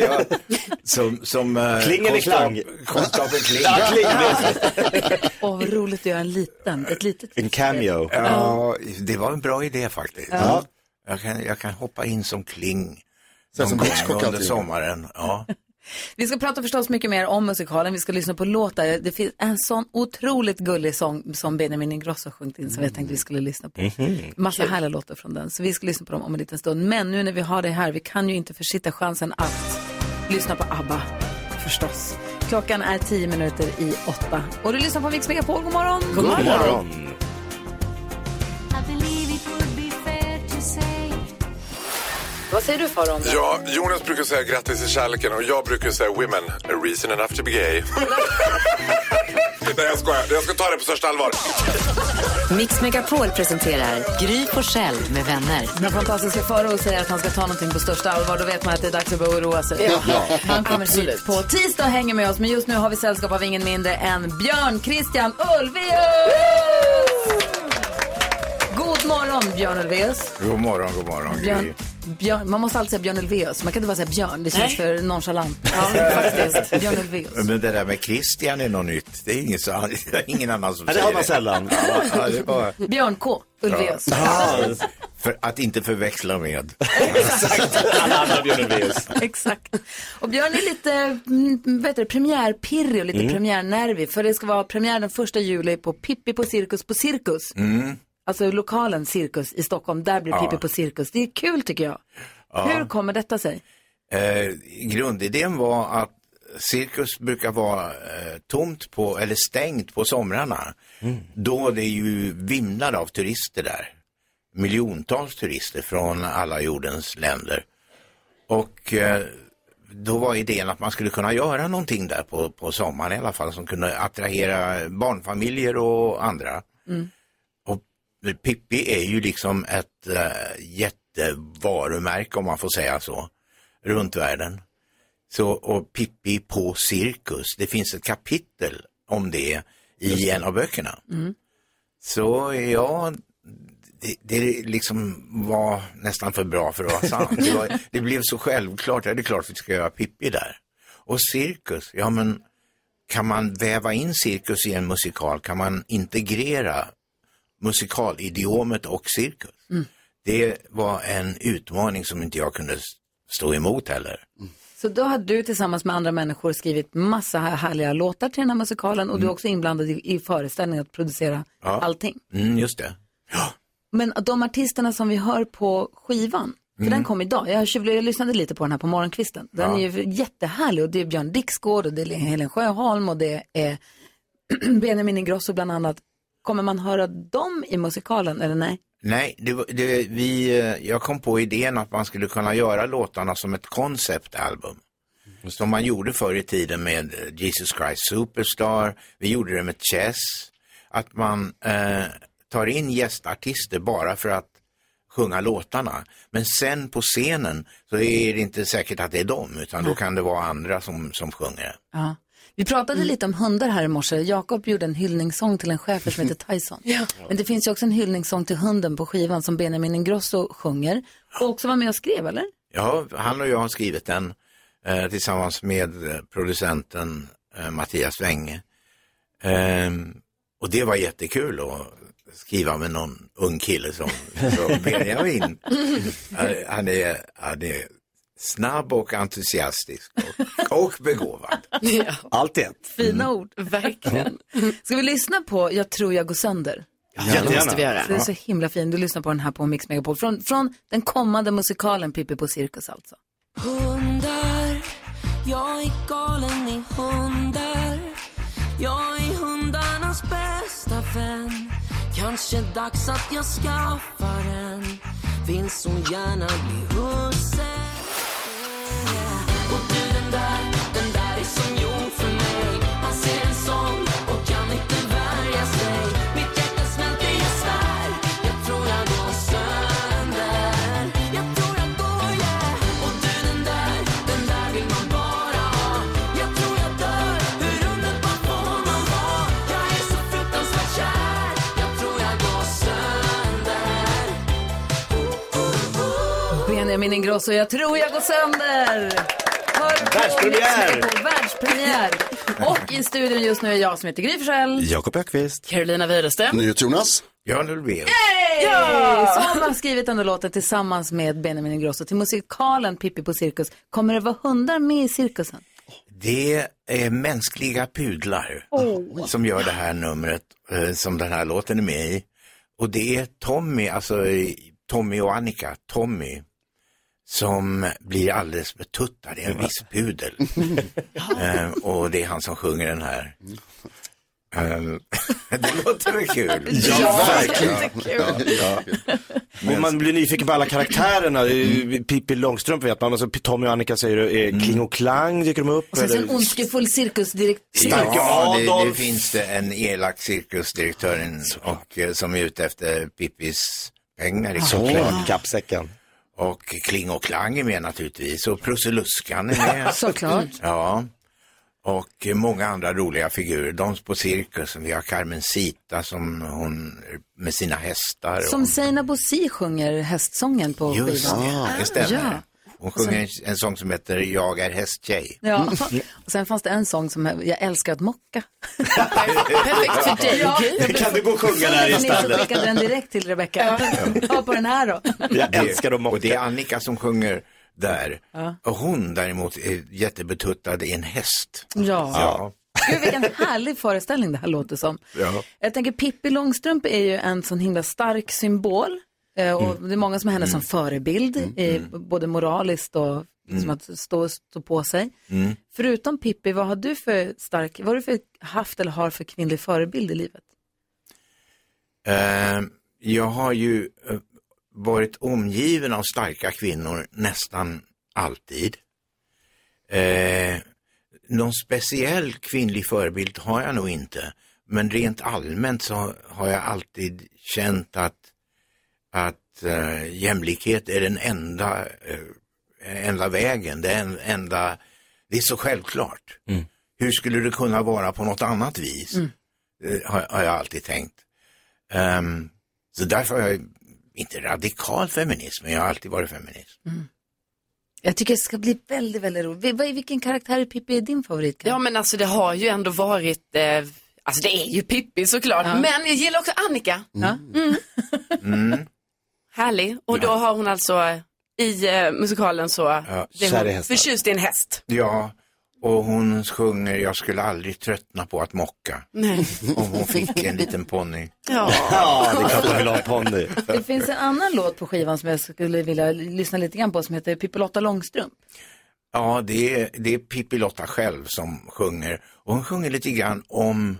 Speaker 16: ja, som som eh, konstab- Konstapeln Kling.
Speaker 1: Åh, vad roligt att göra en liten, ett litet
Speaker 6: En cameo.
Speaker 16: Ja, det var en bra idé faktiskt.
Speaker 1: Ja.
Speaker 16: Jag, kan, jag kan hoppa in som Kling
Speaker 5: Sen
Speaker 16: någon
Speaker 5: som
Speaker 16: gång
Speaker 5: Hitchcock
Speaker 16: under
Speaker 5: alltid.
Speaker 16: sommaren. Ja.
Speaker 1: Vi ska prata förstås mycket mer om musikalen. Vi ska lyssna på låtar. Det finns en sån otroligt gullig sång som Benjamin Ingrosso sjungit in som jag tänkte vi skulle lyssna på. Massa härliga låtar från den. Så vi ska lyssna på dem om en liten stund. Men nu när vi har det här, vi kan ju inte försitta chansen att lyssna på ABBA. Förstås. Klockan är tio minuter i åtta. Och du lyssnar på Mix Megapol. God morgon!
Speaker 7: God morgon. God morgon.
Speaker 1: Vad säger du för om det?
Speaker 12: Ja, Jonas brukar säga grattis till kärleken och jag brukar säga women, a reason enough to be gay. Nej, jag skojar. Jag ska ta det på största allvar.
Speaker 2: Mix Megapol presenterar Gry på Själv med vänner.
Speaker 1: När fantastiska Farao säger att han ska ta någonting på största allvar, då vet man att det är dags att börja oroa Alltså, sig.
Speaker 7: Ja.
Speaker 1: Han kommer hit
Speaker 7: Absolut.
Speaker 1: på tisdag och hänger med oss, men just nu har vi sällskap av ingen mindre än Björn Christian Ulvaeus! God morgon, Björn Ulvaeus.
Speaker 16: God morgon, god morgon.
Speaker 1: Björn, Björn, man måste alltid säga Björn Ulvaeus, man kan inte bara säga Björn, det känns för nonchalant. Ja, faktiskt. Björn Ulvaeus.
Speaker 16: Men det där med Christian är något nytt. Det är ingen, så, det är ingen annan som
Speaker 1: Ja, det
Speaker 16: säger
Speaker 1: har man sällan.
Speaker 16: Ja, ja, det är bara,
Speaker 1: Björn K. Ulvaeus.
Speaker 16: ja. För att inte förväxla med. Alla andra Björn Ulvaeus.
Speaker 1: Exakt. Och Björn är lite mm, vad heter det, premiärpirrig och lite
Speaker 16: Mm.
Speaker 1: premiärnervig. För det ska vara premiär den första juli på Pippi på Cirkus på Cirkus.
Speaker 16: Mm.
Speaker 1: Alltså lokalen Cirkus i Stockholm. Där blir
Speaker 16: Ja.
Speaker 1: Pippi på Cirkus. Det är kul tycker jag.
Speaker 16: Ja.
Speaker 1: Hur kommer detta sig?
Speaker 16: Eh, grundidén var att cirkus brukar vara eh, tomt på, eller stängt på somrarna.
Speaker 6: Mm.
Speaker 16: Då det ju vimlar av turister där. Miljontals turister från alla jordens länder. Och eh, då var idén att man skulle kunna göra någonting där på, på sommaren i alla fall som kunde attrahera barnfamiljer och andra.
Speaker 7: Mm.
Speaker 16: Och Pippi är ju liksom ett eh, jättevarumärke om man får säga så, runt världen. Så, och Pippi på cirkus, det finns ett kapitel om det i en av böckerna.
Speaker 7: Mm.
Speaker 16: Så ja, det, det liksom var nästan för bra för att vara sant. Det, var, det blev så självklart, ja det är klart vi ska göra Pippi där. Och cirkus, ja men kan man väva in cirkus i en musikal? Kan man integrera musikalidiomet och cirkus?
Speaker 1: Mm.
Speaker 16: Det var en utmaning som inte jag kunde s- stå emot heller.
Speaker 1: Så då har du tillsammans med andra människor skrivit massa här- härliga låtar till den här musikalen. Och du är också inblandad i, i föreställningen att producera
Speaker 16: Mm. Ja.
Speaker 1: allting.
Speaker 16: Mm, just det.
Speaker 1: Men de artisterna som vi hör på skivan, för
Speaker 16: Mm.
Speaker 1: den kom idag. Jag, tjuvly- jag lyssnade lite på den här på morgonkvisten. Den
Speaker 16: Ja.
Speaker 1: är ju jättehärlig och det är Björn Dixgård och det är Helen Sjöholm och det är Benjamin Ingrosso bland annat. Kommer man höra dem i musikalen eller nej?
Speaker 16: Nej, det, var- det, vi, eh, jag kom på idén att man skulle kunna göra låtarna som ett konceptalbum. Som man gjorde förr i tiden med eh, Jesus Christ Superstar, vi gjorde det med Chess. Att man eh, tar in gästartister bara för att sjunga låtarna. Men sen på scenen så är det inte säkert att det är dem, utan då kan det vara andra som, som sjunger.
Speaker 1: Ja. Vi pratade lite om hundar här i morse. Jakob gjorde en hyllningssång till en schäfer som heter Tyson. Men det finns ju också en hyllningssång till hunden på skivan som Benjamin Ingrosso sjunger och också var med och skrev, eller?
Speaker 16: Ja, han och jag har skrivit den eh, tillsammans med eh, producenten eh, Mattias Wenge. Ehm, och det var jättekul att skriva med någon ung kille som, som Benjamin. Han, han, är, han är snabb och entusiastisk och, och begåvad.
Speaker 1: Ja.
Speaker 16: Allt i ett.
Speaker 8: Mm.
Speaker 1: Fina ord. Verkligen. Ska vi lyssna på Jag tror jag går sönder?
Speaker 8: det måste vi göra.
Speaker 1: Så det är så himla fint. Du lyssnar på den här på Mix Megapol. Från, från den kommande musikalen Pippi på Cirkus alltså.
Speaker 7: Hundar, jag är galen i hundar Jag är hundarnas bästa vän Kanske dags att jag skaffar en Vill så gärna bli husse Och du den där, den där är som gjord för mig Han ser en sån och kan inte värja sig Mitt hjärta smälter, jag svär Jag tror jag går sönder Jag tror jag går, yeah och du den där, den där vill man bara ha Jag tror jag dör, hur underbar får man vara? Jag är så fruktansvärt kär, jag tror jag går sönder
Speaker 1: Benjamin Ingrosso, jag tror jag går sönder! Hör på
Speaker 6: Världspremiär!
Speaker 1: Mix Megapol, Världspremiär! Och i studion just nu är jag som heter Gry Forssell.
Speaker 6: Jakob Ökvist.
Speaker 8: Carolina Widerström.
Speaker 5: Jonas.
Speaker 16: Jan Ulvaeus.
Speaker 1: Ja! Som har skrivit den här låten tillsammans med Benjamin Ingrosso till musikalen Pippi på Cirkus. Kommer det vara hundar med i cirkusen?
Speaker 16: Det är mänskliga pudlar
Speaker 1: Åh.
Speaker 16: som gör det här numret eh, som den här låten är med i. Och det är Tommy, alltså eh, Tommy och Annika, Tommy, som blir alldeles betuttad i en viss pudel. Eh, och det är han som sjunger den här. Eh, det låter väl kul?
Speaker 6: Ja, Ja, verkligen. jättekul.
Speaker 16: Ja, ja.
Speaker 6: Och man blir nyfiken på alla karaktärerna. Mm. Pippi Långstrump vet man. Och så Tommy och Annika säger du, eh, Kling och Klang dyker de upp.
Speaker 1: Och sen så en
Speaker 6: eller?
Speaker 1: ondskefull cirkusdirektör.
Speaker 16: Ja, det, det
Speaker 6: Adolf.
Speaker 16: finns det en elak cirkusdirektör en- och, eh, som är ute efter Pippis pengar i
Speaker 6: Såklart, kappsäcken.
Speaker 16: Och Kling och Klang är med naturligtvis och Prussiluskan är med.
Speaker 1: Såklart.
Speaker 16: Ja. Och eh, många andra roliga figurer. De på cirkusen. Vi har Carmencita som hon med sina hästar.
Speaker 1: Som Sina Bosi sjunger hästsången på
Speaker 16: och... Just
Speaker 1: skivan.
Speaker 16: det, det stämmer.
Speaker 1: Ah, Ja.
Speaker 16: Hon sjunger en, en sång som heter Jag är hästtjej.
Speaker 1: Ja.
Speaker 16: Mm.
Speaker 1: Och sen fanns det en sång som jag älskar att mocka.
Speaker 16: Perfekt
Speaker 1: för dig, Gry.
Speaker 6: Kan du gå och sjunga där i
Speaker 1: Jag
Speaker 6: stallet?
Speaker 1: skickade den direkt till Rebecca. Ja, på den här då.
Speaker 6: Jag
Speaker 16: älskar dem Och det är Annika som sjunger där.
Speaker 1: Ja.
Speaker 16: Och hon däremot är jättebetuttad i en häst.
Speaker 1: Ja.
Speaker 16: Ja.
Speaker 1: Gud, vilken härlig föreställning det här låter som.
Speaker 16: ja.
Speaker 1: Jag tänker Pippi Långstrump är ju en sån himla stark symbol. eh, Och Det är många som har henne som förebild, i, både moraliskt och liksom att stå, stå på sig.
Speaker 7: Mm.
Speaker 1: Förutom Pippi, vad har du för stark, vad har du för haft eller har för kvinnlig förebild i livet?
Speaker 16: Eh, jag har ju eh, varit omgiven av starka kvinnor nästan alltid. Eh, någon speciell kvinnlig förebild har jag nog inte. Men rent allmänt så har jag alltid känt att, att eh, jämlikhet är den enda, eh, enda vägen. Det är, en, enda, det är så självklart. Hur skulle det kunna vara på något annat vis? Eh, har, har jag alltid tänkt. Ehm, så därför har jag inte radikal feminism, men jag har alltid varit feminist.
Speaker 1: Jag tycker det ska bli väldigt, väldigt roligt. Vi- vad är- Vilken karaktär i Pippi är din favorit?
Speaker 8: Ja men alltså det har ju ändå varit, eh, alltså det är ju Pippi såklart,
Speaker 1: Ja.
Speaker 8: men jag gillar också Annika. Mm.
Speaker 16: Mm,
Speaker 8: Härlig. Och då har hon alltså eh, i eh, musikalen så
Speaker 16: Ja,
Speaker 8: blev
Speaker 16: kär i
Speaker 8: hon
Speaker 16: hästar.
Speaker 8: förtjust i en häst.
Speaker 16: Ja, och hon sjunger Jag skulle aldrig tröttna på att mocka.
Speaker 8: Nej.
Speaker 16: Om hon fick en liten ponny.
Speaker 8: Ja.
Speaker 6: Ja, det är klart hon vill ha en ponny.
Speaker 1: Det finns en annan låt på skivan som jag skulle vilja lyssna lite grann på som heter Pippilotta Långstrump.
Speaker 16: Ja, det är, det är Pippilotta själv som sjunger. Och hon sjunger lite grann om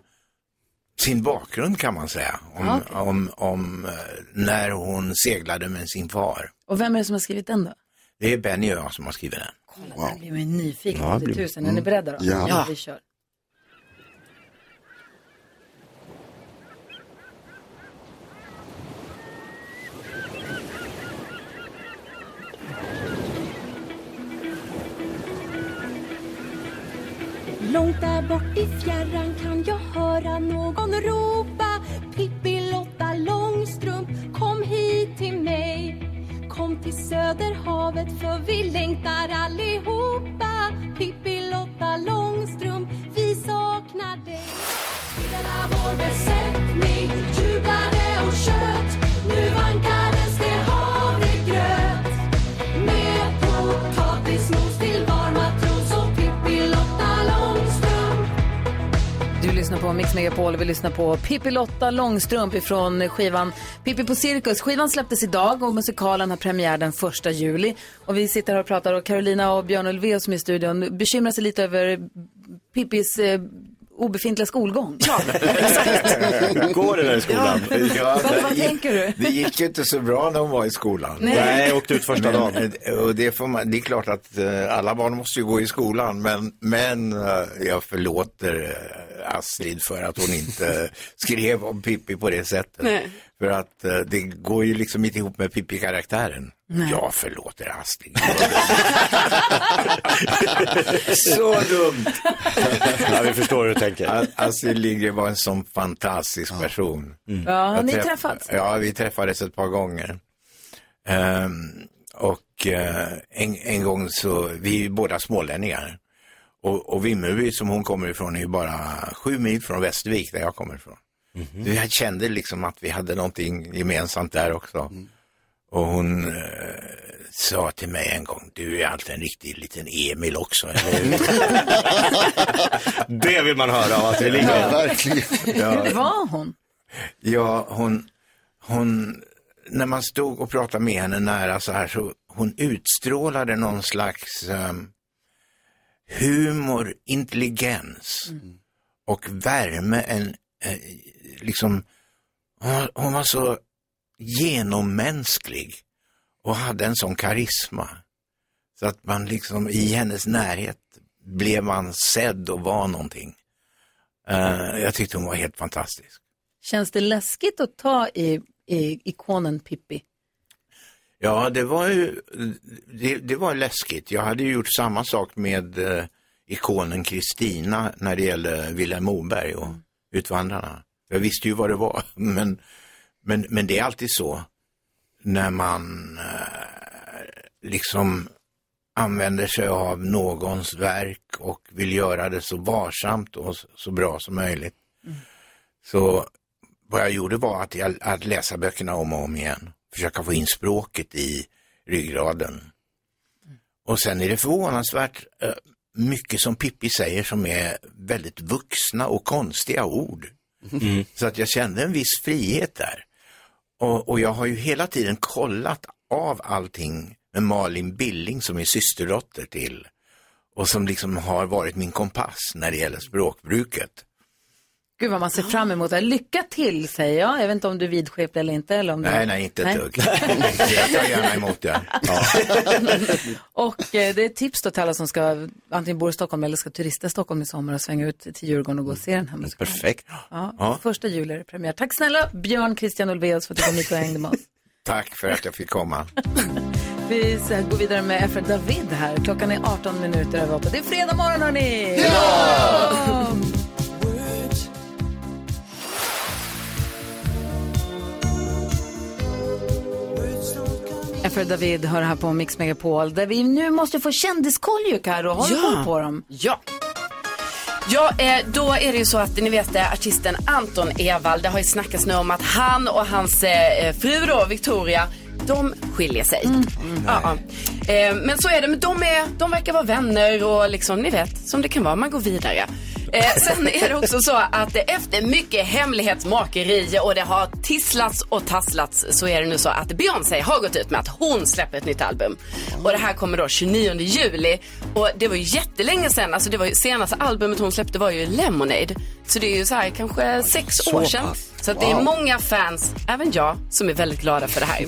Speaker 16: sin bakgrund kan man säga. Om,
Speaker 1: Ja, okej.
Speaker 16: om, om eh, när hon seglade med sin far.
Speaker 1: Och vem är det som har skrivit den då?
Speaker 16: Det är Benny och jag som har skrivit den.
Speaker 1: Wow. Jag blir mig nyfiken
Speaker 16: Ja,
Speaker 1: på
Speaker 16: det
Speaker 1: det
Speaker 16: blir-
Speaker 1: tusen. Är ni
Speaker 16: Mm.
Speaker 1: beredda då?
Speaker 16: Ja.
Speaker 1: vi kör.
Speaker 17: Långt där bort i fjärran kan jag höra någon ropa Pippilotta Långstrump, kom hit till mig Kom till Söderhavet för vi längtar allihopa Pippilotta Långstrump, vi saknar dig Hela vår besättning jublade och sköt Nu vankades det havregröt med potatismos till var matros och Pippi Lotta Långstrump
Speaker 1: Du lyssnar på Mix Megapol och vi lyssnar på Pippi Lotta Långstrump ifrån skivan Pippi på Cirkus. Skivan släpptes idag och musikalen har premiär den 1 juli. Och vi sitter här och pratar och Carolina och Björn Ulvaeus som är i studion bekymrar sig lite över Pippis eh, obefintliga skolgång. Ja,
Speaker 7: Går det där i skolan?
Speaker 1: Vad- vad
Speaker 16: det gick-
Speaker 1: tänker du?
Speaker 16: Det gick ju inte så bra när hon var i skolan.
Speaker 1: Nej. Nej,
Speaker 7: åkte ut första
Speaker 16: dagen. Och det, får man, det är klart att eh, alla barn måste ju gå i skolan, men, men eh, jag förlåter eh, Astrid för att hon inte skrev om Pippi på det sättet.
Speaker 8: Nej.
Speaker 16: För att eh, det går ju liksom inte ihop med Pippi-karaktären.
Speaker 18: Nej.
Speaker 16: Jag förlåter Astrid. så dumt!
Speaker 7: ja, vi förstår hur du tänker.
Speaker 16: Astrid Lindgren var en sån fantastisk person.
Speaker 7: Mm.
Speaker 1: Ja,
Speaker 16: Jag
Speaker 1: ni
Speaker 16: träff-
Speaker 1: träffats?
Speaker 16: Ja, vi träffades ett par gånger. Ehm, och eh, en, en gång så, vi är ju båda smålänningar. Och, och Vimmerby som hon kommer ifrån är ju bara sju mil från Västervik där jag kommer ifrån. Så jag kände liksom att vi hade någonting gemensamt där också. Och hon eh, sa till mig en gång, du är alltid en riktig liten Emil också, eller hur?
Speaker 7: Det vill man höra av Astrid Lindgren.
Speaker 16: Ja, verkligen.
Speaker 1: Hur var hon?
Speaker 16: Ja, hon, hon, när man stod och pratade med henne nära så här så hon utstrålade någon slags ehm, humor, intelligens och värme. En, eh, liksom, hon, var- hon var så genommänsklig och hade en sån karisma. Så att man liksom i hennes närhet blev man sedd och var någonting. Eh, jag tyckte hon var helt fantastisk.
Speaker 1: Känns det läskigt att ta i, i ikonen Pippi?
Speaker 16: Ja, det var ju det, det var läskigt. Jag hade ju gjort samma sak med eh, ikonen Kristina när det gällde Vilhelm Moberg och Utvandrarna. Jag visste ju vad det var, men, men, men det är alltid så när man eh, liksom använder sig av någons verk och vill göra det så varsamt och så- så bra som möjligt. Så vad jag gjorde var att, jag, att läsa böckerna om och om igen. Försöka få in språket i ryggraden. Och sen är det förvånansvärt eh, mycket som Pippi säger som är väldigt vuxna och konstiga ord. Så att jag kände en viss frihet där. Och, och jag har ju hela tiden kollat av allting med Malin Billing som är systerdotter till och som liksom har varit min kompass när det gäller språkbruket.
Speaker 1: Gud vad man ser fram emot det. Lycka till säger jag. Jag vet inte om du är vidskeplig eller inte. Eller om du...
Speaker 16: Nej, nej, inte ett dugg. Jag tar gärna emot det. Ja.
Speaker 1: Och eh, det är ett tips då till alla som ska antingen bor i Stockholm eller ska turista i Stockholm i sommar och svänga ut till Djurgården och gå och se den här musikalen.
Speaker 7: Mm, Perfekt.
Speaker 1: Ja,
Speaker 16: Ja.
Speaker 1: Första juli är det premiär. Tack snälla Björn Christian Ulvaeus för att du kom hit och hängde med oss.
Speaker 16: Tack för att jag fick komma.
Speaker 1: Vi så här går vidare med Efra David här. Klockan är 18 minuter över 8. Det är fredag morgon hörni!
Speaker 18: Ja!
Speaker 1: Efra David hör här på Mix Megapol där vi nu måste få kändiskoll ju Karo. Har du
Speaker 8: Ja.
Speaker 1: koll på dem?
Speaker 8: Ja. Ja, eh, då är det ju så att ni vet eh, artisten Anton Ewald, det har ju snackats nu om att han och hans eh, fru då, Victoria, de skiljer sig.
Speaker 1: Mm.
Speaker 8: Ja, ja. Eh, men så är det, men de, är, de verkar vara vänner och liksom, ni vet, som det kan vara, man går vidare. Eh, sen är det också så att eh, efter mycket hemlighetsmakeri och det har tisslats och tasslats så är det nu så att Beyoncé har gått ut med att hon släpper ett nytt album. Och det här kommer då 29 juli. Och det var ju jättelänge sedan, alltså det var ju senaste albumet hon släppte var ju Lemonade. Så det är ju så här kanske sex
Speaker 18: Så
Speaker 8: år sedan.
Speaker 18: pass.
Speaker 8: Så att det är
Speaker 18: Wow.
Speaker 8: många fans, även jag, som är väldigt glada för det här.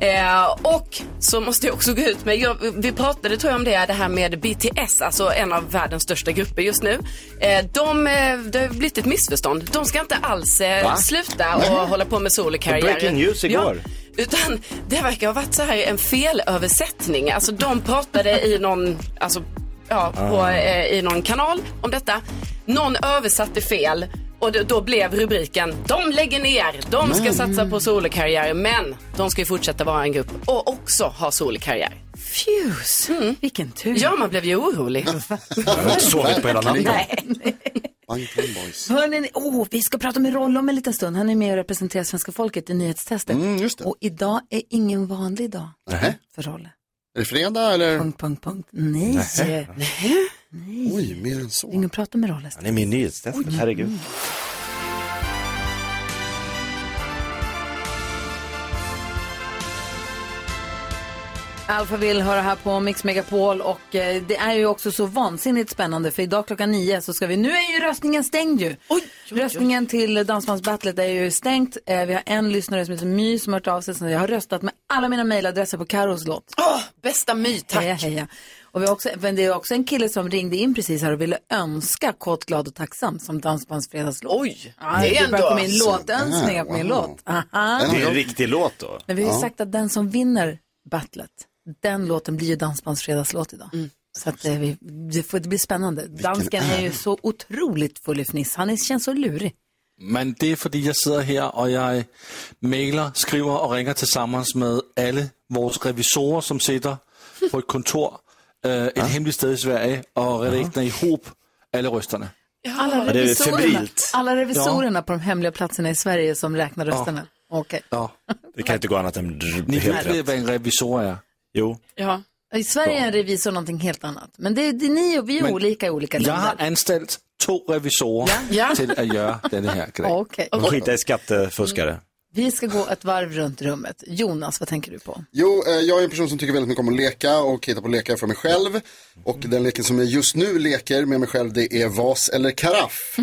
Speaker 8: Eh, och så måste jag också gå ut med, jag, vi pratade tror jag om det, det här med BTS, alltså en av världens största grupper just nu. Eh, de, eh, det har blivit ett missförstånd. De ska inte alls eh,
Speaker 7: Va?
Speaker 8: sluta och hålla på med solokarriärer.
Speaker 7: Breaking news igår.
Speaker 8: Utan det verkar ha varit så här en felöversättning. Alltså de pratade i någon, alltså, ja, på,
Speaker 18: Ah.
Speaker 8: eh, i någon kanal om detta. Någon översatte fel och då, då blev rubriken De lägger ner, de ska
Speaker 18: Men.
Speaker 8: satsa på solokarriär men de ska ju fortsätta vara en grupp och också ha solokarriär.
Speaker 1: Fuse, vilken tur.
Speaker 8: Ja, man blev ju orolig.
Speaker 7: har inte sovit på hela natten.
Speaker 8: Nej.
Speaker 1: Hörrni, oh, vi ska prata med Rolle om en liten stund. Han är med och representerar svenska folket i nyhetstestet. Och idag är ingen vanlig dag
Speaker 5: Nähä.
Speaker 1: för Rolle.
Speaker 5: Är det fredag eller?
Speaker 1: Punkt, punkt, punkt. Nej.
Speaker 5: Nähä.
Speaker 1: Nej. Nej.
Speaker 5: Oj, mer än så.
Speaker 1: Ring och prata med Rolle.
Speaker 6: Han är min nyhetstester, herregud.
Speaker 1: Alfa vill höra här på Mix Megapol och eh, det är ju också så vansinnigt spännande för idag klockan nio så ska vi, nu är ju röstningen stängd ju. röstningen till Dansbandsbattlet är ju stängt. Eh, vi har en lyssnare som heter My som har hört av sig, så jag har röstat med alla mina mejladresser på Karos låt.
Speaker 8: bästa My, tack.
Speaker 1: Heja, heja. Och vi har också, men det är också en kille som ringde in precis här och ville önska Kåt, glad och tacksam som Dansbandsfredagslåt.
Speaker 8: Oj,
Speaker 1: ja,
Speaker 7: det är
Speaker 1: det börjar
Speaker 7: ändå-
Speaker 1: komma in låtönskningar på min
Speaker 7: Wow.
Speaker 1: låt. Aha.
Speaker 6: Det är en riktig låt då.
Speaker 1: Men vi har ju sagt att den som vinner battlet, den låten blir ju Dansbandsfredagslåt idag.
Speaker 11: Mm.
Speaker 1: Så att det, vi, det, får, det blir spännande. Dansken är ju så otroligt full i fniss. Han är, känns så lurig.
Speaker 11: Men det är fordi jeg sidder her, og jeg mailer, skriver og ringer tillsammans med alle vores revisorer, som sitter på et kontor øh, et hemmeligt sted i Sverige og redakter i hop alle røsterne.
Speaker 1: Alla
Speaker 11: Ja, det är
Speaker 1: revisorerna,
Speaker 11: febrilt.
Speaker 1: alla revisorerna på de hemliga platserna i Sverige som räknar
Speaker 11: Ja.
Speaker 1: rösterna. Okej.
Speaker 11: Ja.
Speaker 6: Det kan inte gå annat än
Speaker 11: Ni vet
Speaker 6: helt rätt.
Speaker 11: vad en revisor är?
Speaker 6: Jo.
Speaker 1: Ja. I Sverige är en revisor någonting helt annat. Men det, det är ni och vi är
Speaker 11: Men
Speaker 1: olika i olika
Speaker 11: Jag har
Speaker 1: länder.
Speaker 11: anställt två revisorer
Speaker 1: Ja.
Speaker 11: till att göra denne här grej.
Speaker 1: Okej.
Speaker 6: De skitar i skattefuskare.
Speaker 1: Vi ska gå ett varv runt rummet. Jonas, vad tänker du på?
Speaker 5: Jo, eh, jag är en person som tycker väldigt mycket om att leka och hitta på lekar för mig själv. Och den leken som jag just nu leker med mig själv det är vas eller karaff.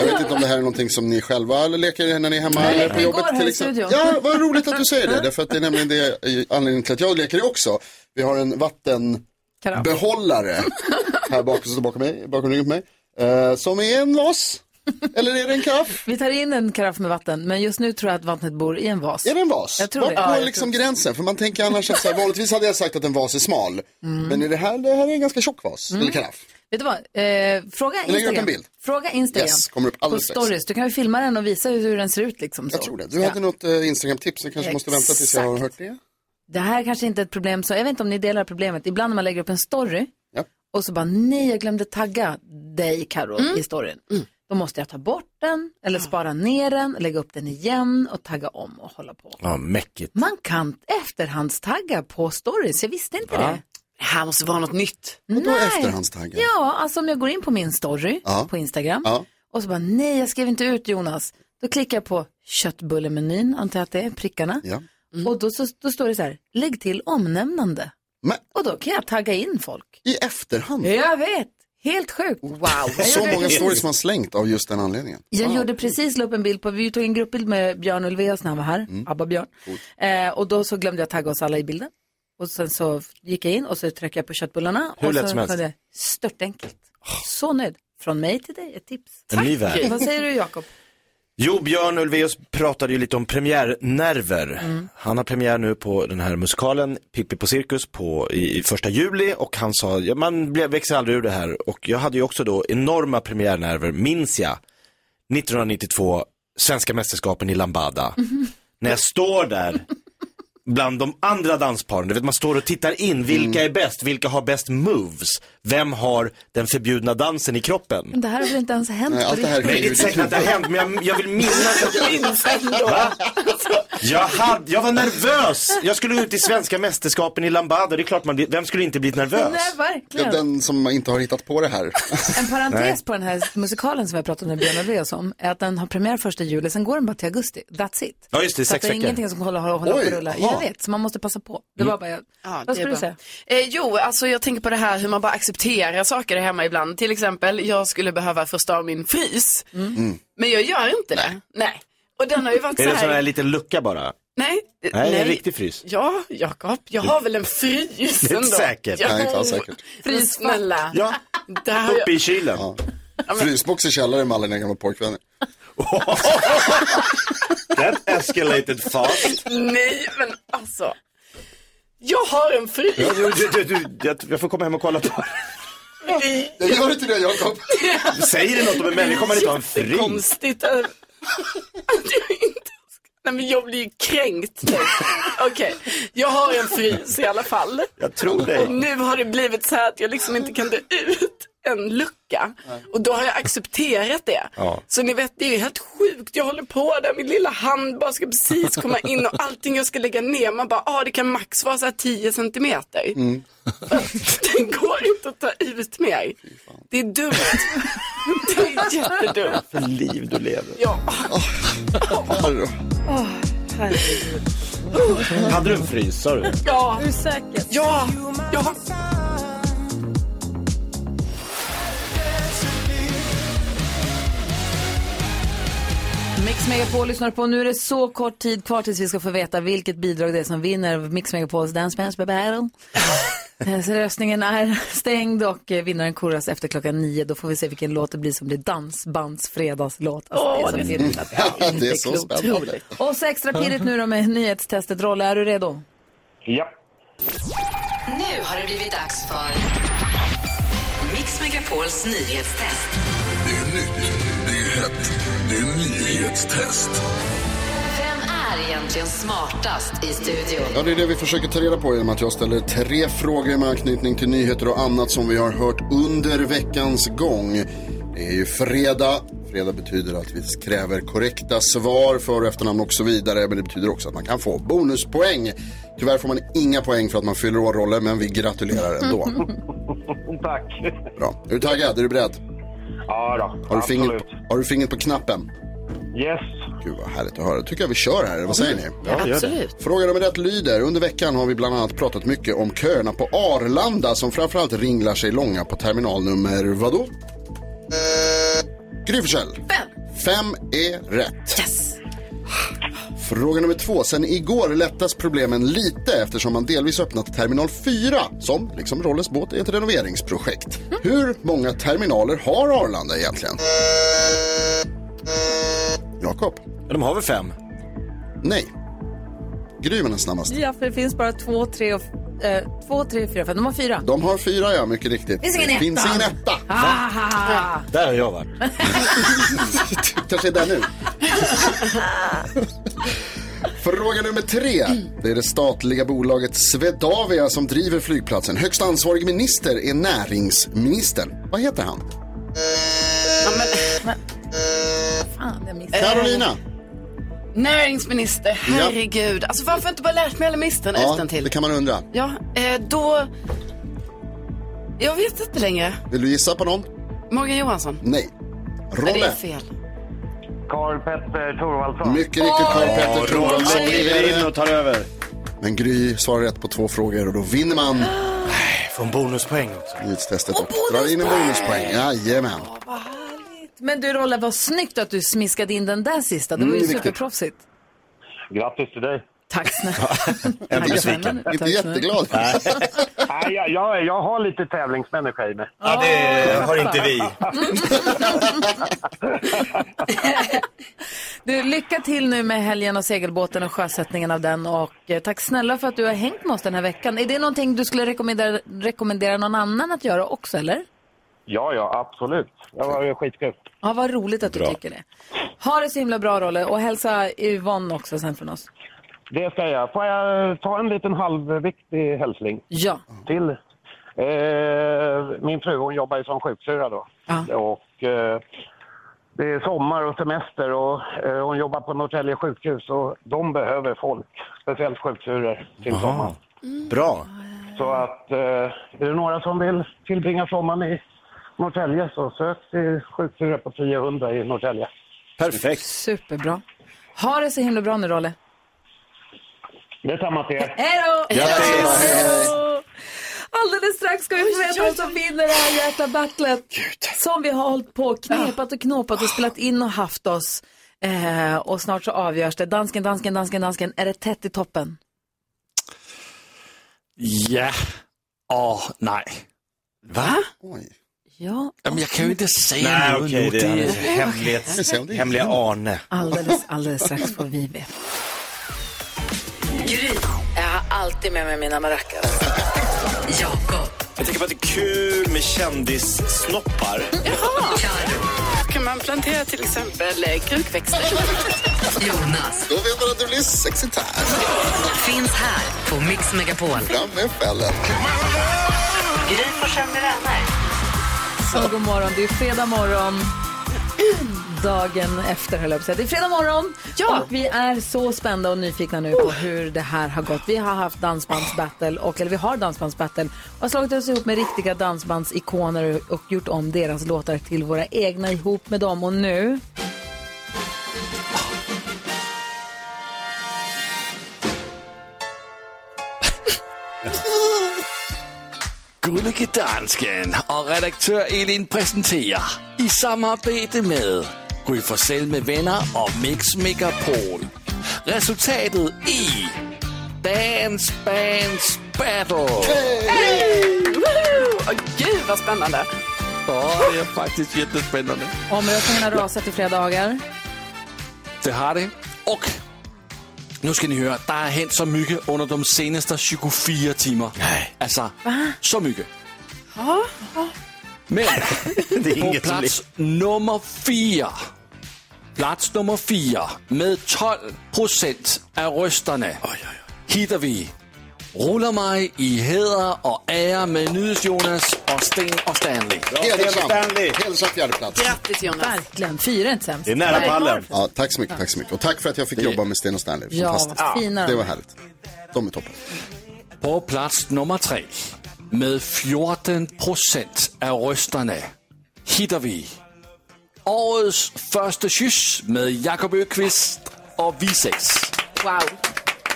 Speaker 5: Jag vet inte om det här är någonting som ni själva leker när ni är hemma
Speaker 7: Nej,
Speaker 5: eller på
Speaker 7: vi går
Speaker 5: jobbet
Speaker 7: här
Speaker 5: till
Speaker 7: i
Speaker 5: exempel.
Speaker 7: studion.
Speaker 5: Ja, vad roligt att du säger det, därför att det är nämligen det eh, anledningen till att jag leker det också. Vi har en vattenbehållare här bakom, som står bakom mig, bakom ryggen på mig, eh, som är en vas. Eller är det en karaff?
Speaker 1: Vi tar in en karaff med vatten, men just nu tror jag att vattnet bor i en vas.
Speaker 5: Är det en vas?
Speaker 1: Jag tror
Speaker 5: Var
Speaker 1: det.
Speaker 5: går liksom gränsen? För man tänker annars att så här, vanligtvis hade jag sagt att en vas är smal.
Speaker 1: Mm.
Speaker 5: Men är det här, det här är en ganska tjock vas, eller karaff.
Speaker 1: Vet du vad? Eh, fråga
Speaker 5: Jag lägger upp
Speaker 1: Instagram.
Speaker 5: en bild.
Speaker 1: Fråga Instagram.
Speaker 5: Yes, kommer upp
Speaker 1: på
Speaker 5: alldeles strax.
Speaker 1: stories. Du kan ju filma den och visa hur, hur den ser ut. Liksom, så.
Speaker 5: Jag tror det. Du hade något eh, Instagram-tips, jag kanske måste vänta tills jag har hört det.
Speaker 1: Det här kanske inte är ett problem, så jag vet inte om ni delar problemet. Ibland när man lägger upp en story och så bara nej, jag glömde tagga dig Karo i storyn. Då måste jag ta bort den eller spara ner den, lägga upp den igen och tagga om och hålla på.
Speaker 6: Ja, mäckigt.
Speaker 1: Man kan efterhandstagga på stories, jag visste inte
Speaker 6: Va?
Speaker 1: det. Det här måste vara något nytt.
Speaker 5: Vadå efterhandstagga?
Speaker 1: Ja, alltså om jag går in på min story
Speaker 5: Ja.
Speaker 1: på Instagram
Speaker 5: Ja.
Speaker 1: och så bara nej, jag skrev inte ut Jonas. Då klickar jag på köttbullemenyn, antar jag att det är, prickarna. Mm.
Speaker 5: Ja.
Speaker 1: Och då, så, då står det så här, lägg till omnämnande. Och då kan jag tagga in folk.
Speaker 5: I efterhand?
Speaker 1: Jag vet, helt sjukt. Wow.
Speaker 5: Så många stories man slängt av just den anledningen.
Speaker 1: Jag gjorde precis, la upp en bild på, vi tog en gruppbild med Björn Ulvaeus när han var här,
Speaker 6: Mm.
Speaker 1: ABBA-Björn. Eh, och då så glömde jag tagga oss alla i bilden. Och sen så gick jag in och så tryckte jag på köttbullarna.
Speaker 6: Hur
Speaker 1: och
Speaker 6: lätt
Speaker 1: så
Speaker 6: som helst.
Speaker 1: var det Störtenkelt. Så nöjd. Från mig till dig, ett tips.
Speaker 6: En ny värld.
Speaker 1: Vad säger du Jakob?
Speaker 6: Jo, Björn Ulvaeus pratade ju lite om premiärnerver. Han har premiär nu på den här musikalen Pippi på Cirkus på, i, i första juli och han sa, ja, man blev, växer aldrig ur det här. Och jag hade ju också då enorma premiärnerver, minns jag, 1992, svenska mästerskapen i Lambada. När jag står där bland de andra dansparen, du vet man står och tittar in, vilka är bäst, vilka har bäst moves, vem har den förbjudna dansen i kroppen?
Speaker 1: Men det här har väl inte ens hänt
Speaker 6: Nej,
Speaker 1: på
Speaker 6: allt det här
Speaker 1: riktigt?
Speaker 6: är ju- Nej, det är säkert att det har hänt, men jag- jag vill minnas att jag
Speaker 1: minns ändå.
Speaker 6: Va? Jag, hade, jag var nervös. Jag skulle ut i svenska mästerskapen i Lambada. Det är klart, man, blir- vem skulle inte bli nervös?
Speaker 1: Nej, verkligen.
Speaker 5: Den som inte har hittat på det här.
Speaker 1: En parentes
Speaker 6: Nej.
Speaker 1: på den här musikalen som jag pratade med Björn Ulvaeus om är att den har premiär första juli, sen går den bara till augusti. That's it.
Speaker 6: Ja, just det,
Speaker 1: så att
Speaker 6: sex
Speaker 1: det är
Speaker 6: veckor.
Speaker 1: ingenting som håller, håller, håller på
Speaker 6: Oj,
Speaker 1: att rulla.
Speaker 6: aha. Mm.
Speaker 1: Jag vet, så man måste passa på. Det var bara,
Speaker 8: Ja,
Speaker 1: vad
Speaker 8: det är
Speaker 1: skulle
Speaker 8: bra.
Speaker 1: du säga?
Speaker 8: Eh, jo, alltså jag tänker på det här hur man bara accepterar saker där hemma ibland. Till exempel, jag skulle behöva förstöra min frys.
Speaker 1: Mm.
Speaker 5: Mm.
Speaker 8: Men jag gör inte det. Nej. Och den har ju varit så
Speaker 6: Är det en
Speaker 8: här.
Speaker 6: sån här liten lucka bara?
Speaker 8: Nej. eh,
Speaker 6: Nej, en riktig frys.
Speaker 8: Ja, Jakob. Jag har väl en frys
Speaker 6: Det är
Speaker 8: ändå.
Speaker 6: inte säkert.
Speaker 8: Jo.
Speaker 5: Nej, inte alls säkert.
Speaker 8: Frys, snälla.
Speaker 6: Ja.
Speaker 8: Där har jag...
Speaker 6: kylen.
Speaker 5: Ja. Frysbox i källaren med alla dina gamla pojkvänner.
Speaker 6: That escalated fast.
Speaker 8: Nej, men alltså. Jag har en frys.
Speaker 6: Jag, jag, jag, jag får komma hem och kolla på
Speaker 5: Jag gör inte det Jakob.
Speaker 6: Säger det något om en människa om man inte har en frys?
Speaker 8: Jättekonstigt att- att jag inte... Nej men jag blir ju kränkt. Okej, jag har en frys i alla fall.
Speaker 6: Jag tror
Speaker 8: Och
Speaker 6: dig.
Speaker 8: nu har det blivit så här att jag liksom inte kan dö ut. en lucka. Och då har jag accepterat det.
Speaker 19: Ja.
Speaker 8: Så ni vet, det är ju helt sjukt. Jag håller på där, min lilla hand bara ska precis komma in och allting jag ska lägga ner, man bara, ah, det kan max vara så här 10 centimeter.
Speaker 19: Mm.
Speaker 8: Det går inte att ta ut mer. Det är dumt. Det är jättedumt.
Speaker 6: För liv du lever.
Speaker 8: Ja.
Speaker 20: Åh, herregud. Oh.
Speaker 6: Hade du en frys, sa du?
Speaker 8: Ja.
Speaker 20: Är du säker?
Speaker 8: Ja. ja.
Speaker 1: Mix Megapol lyssnar på. Nu är det så kort tid kvar tills vi ska få veta vilket bidrag det är som vinner Mix Megapols Dance Dance Battle. Eh, Så röstningen är stängd och eh, vinnaren koras efter klockan nio. Då får vi se vilken låt det blir som blir dansbandsfredagslåt. Alltså,
Speaker 19: Åh,
Speaker 1: det är så
Speaker 19: det-
Speaker 1: pirrigt att det är,
Speaker 19: Det är
Speaker 1: inte
Speaker 19: så
Speaker 1: klokt.
Speaker 19: spännande.
Speaker 1: Och så extra pirrigt nu då med nyhetstestet. Rolle, är du redo?
Speaker 21: Ja.
Speaker 7: Nu har det blivit dags för Mix Megapols nyhetstest.
Speaker 22: Det är nytt, det är hett, det är nyhetstest.
Speaker 7: Vem är egentligen smartast i studion?
Speaker 5: Ja, det är det vi försöker ta reda på genom att jag ställer tre frågor med anknytning till nyheter och annat som vi har hört under veckans gång. Det är ju fredag. Fredag betyder att vi kräver korrekta svar, för och efternamn och så vidare. Men det betyder också att man kan få bonuspoäng. Tyvärr får man inga poäng för att man fyller år Rolle, men vi gratulerar ändå.
Speaker 21: Tack.
Speaker 5: Bra. Är du taggad? Är du beredd?
Speaker 21: Ja då,
Speaker 5: Har du, fingret,
Speaker 21: absolut.
Speaker 5: har du fingret på knappen?
Speaker 21: Yes.
Speaker 5: Gud vad härligt att höra. tycker jag vi kör här, vad säger ni?
Speaker 21: Ja, gör det. Absolut.
Speaker 5: Fråga nummer ett lyder. Under veckan har vi bland annat pratat mycket om köerna på Arlanda som framförallt ringlar sig långa på terminal nummer vadå? Gry Forssell. Fem. Fem är rätt. Yes. Fråga nummer två. Sen igår lättas problemen lite eftersom man delvis öppnat terminal 4 som, liksom Rolles båt, är ett renoveringsprojekt. Hur många terminaler har Arlanda egentligen? Jakob?
Speaker 6: De har väl fem?
Speaker 5: Nej. Gry var den snabbast.
Speaker 1: Ja, för det finns bara två, tre och... Eh, två, tre, fyra, fem. De har fyra.
Speaker 5: De har fyra, ja, mycket riktigt. Det finns ingen etta.
Speaker 1: Ah,
Speaker 5: Där har jag varit. Kanske är där nu. Fråga nummer tre. Det är det statliga bolaget Swedavia som driver flygplatsen. Högst ansvarig minister är näringsministern. Vad heter han?
Speaker 8: Fan, jag missade.
Speaker 5: Carolina.
Speaker 8: Näringsminister, herregud. Alltså varför har jag inte bara lärt mig alla ministern
Speaker 5: Ja,
Speaker 8: utantill?
Speaker 5: det kan man undra.
Speaker 8: Ja, eh, då... Jag vet inte längre.
Speaker 5: Vill du gissa på någon?
Speaker 8: Morgan Johansson.
Speaker 5: Nej.
Speaker 8: Nej, Det är
Speaker 5: Rolle.
Speaker 8: fel.
Speaker 21: Karl-Petter Thorvaldsson.
Speaker 5: Mycket riktigt Karl Petter Thorwaldsson
Speaker 21: kliver in
Speaker 5: och tar över. Men Gry svarar rätt på två frågor och då vinner man. Från bonuspoäng också. Nyhetstestet och drar in en bonuspoäng. Jajamän.
Speaker 1: Men du Rolle, vad snyggt att du smiskade in den där sista. Det
Speaker 5: Mm,
Speaker 1: var ju
Speaker 5: viktigt.
Speaker 1: superproffsigt.
Speaker 21: Grattis till dig.
Speaker 1: Tack snälla.
Speaker 21: Ändå
Speaker 1: Tack,
Speaker 21: besviken.
Speaker 1: vännen.
Speaker 21: Inte
Speaker 1: Tack,
Speaker 21: jätteglad.
Speaker 1: vännen.
Speaker 21: Nej, jag, jag, jag har lite tävlingsmänniska i mig.
Speaker 1: Ja, det har inte
Speaker 21: vi.
Speaker 1: Du, lycka till nu med helgen och segelbåten och sjösättningen av den. Och eh, tack snälla för att du har hängt med oss den här veckan. Är det någonting du skulle rekommendera, rekommendera någon annan att göra också, eller?
Speaker 21: Ja, ja, absolut. Det var ju skitkul.
Speaker 1: Ja, vad roligt att du
Speaker 21: Bra.
Speaker 1: tycker det. Ha det så himla bra, Rolle. Och hälsa Yvonne också sen från oss.
Speaker 21: Det ska jag. Får jag ta en liten halvviktig hälsning?
Speaker 1: Ja.
Speaker 21: Till eh, min fru, hon jobbar ju som sjuksyrra då. Och eh, det är sommar och semester och eh, hon jobbar på Norrtälje sjukhus och de behöver folk, speciellt sjuksyrror till sommaren.
Speaker 3: Bra.
Speaker 21: Så att eh, är det några som vill tillbringa sommaren i Norrtälje så sök till sjuksyrra på 300 i Norrtälje.
Speaker 6: Perfekt.
Speaker 1: Superbra. Ha det så himla bra nu, Rolle.
Speaker 21: Detsamma till er.
Speaker 1: Hej då!
Speaker 21: Grattis!
Speaker 1: Hej då! Alldeles strax ska vi få veta vem som vinner det här jäkla battlet. Som vi har hållit på och knepat och knåpat och spelat in och haft oss. Eh, och snart så avgörs det. Dansken, dansken, dansken, dansken. Är det tätt i toppen?
Speaker 11: Ja och nej. Va?
Speaker 1: Ja.
Speaker 11: Jamen, Ah? jag kan ju inte säga
Speaker 3: Nej,
Speaker 11: något nu.
Speaker 3: okej, det är hans
Speaker 11: är-
Speaker 3: hemlighets- hemliga Arne.
Speaker 1: Alldeles, alldeles strax får vi veta. Gry. Jag har alltid med mig mina maracas. Jakob.
Speaker 3: Jag tänker på att det är kul med kändissnoppar.
Speaker 8: Jaha! Kan man plantera till exempel eh, krukväxter?
Speaker 7: Jonas.
Speaker 5: Då vet man att det blir sexigt här.
Speaker 7: Finns här på Mix Megapol.
Speaker 5: Fram med fällen.
Speaker 7: Gry Forssell med vänner.
Speaker 1: Svensson, god morgon. Det är fredag morgon. Dagen efter, höll jag på att säga. Det är fredag morgon
Speaker 8: Ja.
Speaker 1: och vi är så spända och nyfikna nu på hur det här har gått. Vi har haft dansbandsbattle, och, eller vi har dansbandsbattle och har slagit oss ihop med riktiga dansbandsikoner och gjort om deras låtar till våra egna ihop med dem. Och nu
Speaker 11: Gullige Dansken og redaktør Elin præsenterer i samarbejde med Gry Forssell med venner og Mix Megapol. Resultatet i Dance Bands Battle.
Speaker 8: Åh, gud vad spännande.
Speaker 11: Åh, det er faktisk jättespännande.
Speaker 1: omröstningen har rasat i flera dagar.
Speaker 11: Det har det. Og nu skal ni høre, der er hent så mygge under de seneste 24 timer. Altså, så mygge.
Speaker 7: Ja.
Speaker 11: Men
Speaker 7: Det er
Speaker 11: på
Speaker 7: inget
Speaker 11: plads nummer 4. Plads nummer 4 med 12 procent af røsterne hitter vi Ruller mig i heder og ære med Nydes Jonas och Sten och Stanley.
Speaker 5: Hälsa fjärdeplats.
Speaker 8: Grattis Jonas.
Speaker 1: Verkligen, fyra är inte sämst. Nej.
Speaker 5: Ja, tack så mycket, tack så mycket. Och tack för att jag fick jobba med Sten och Stanley.
Speaker 1: Ja,
Speaker 5: Fantastiskt.
Speaker 1: vad fina de
Speaker 5: det
Speaker 1: är.
Speaker 5: var härligt. De är toppen.
Speaker 11: På plats nummer tre med 14 procent av rösterna hittar vi årets första kyss med Jakob Öqvist och vi sex.
Speaker 8: Wow.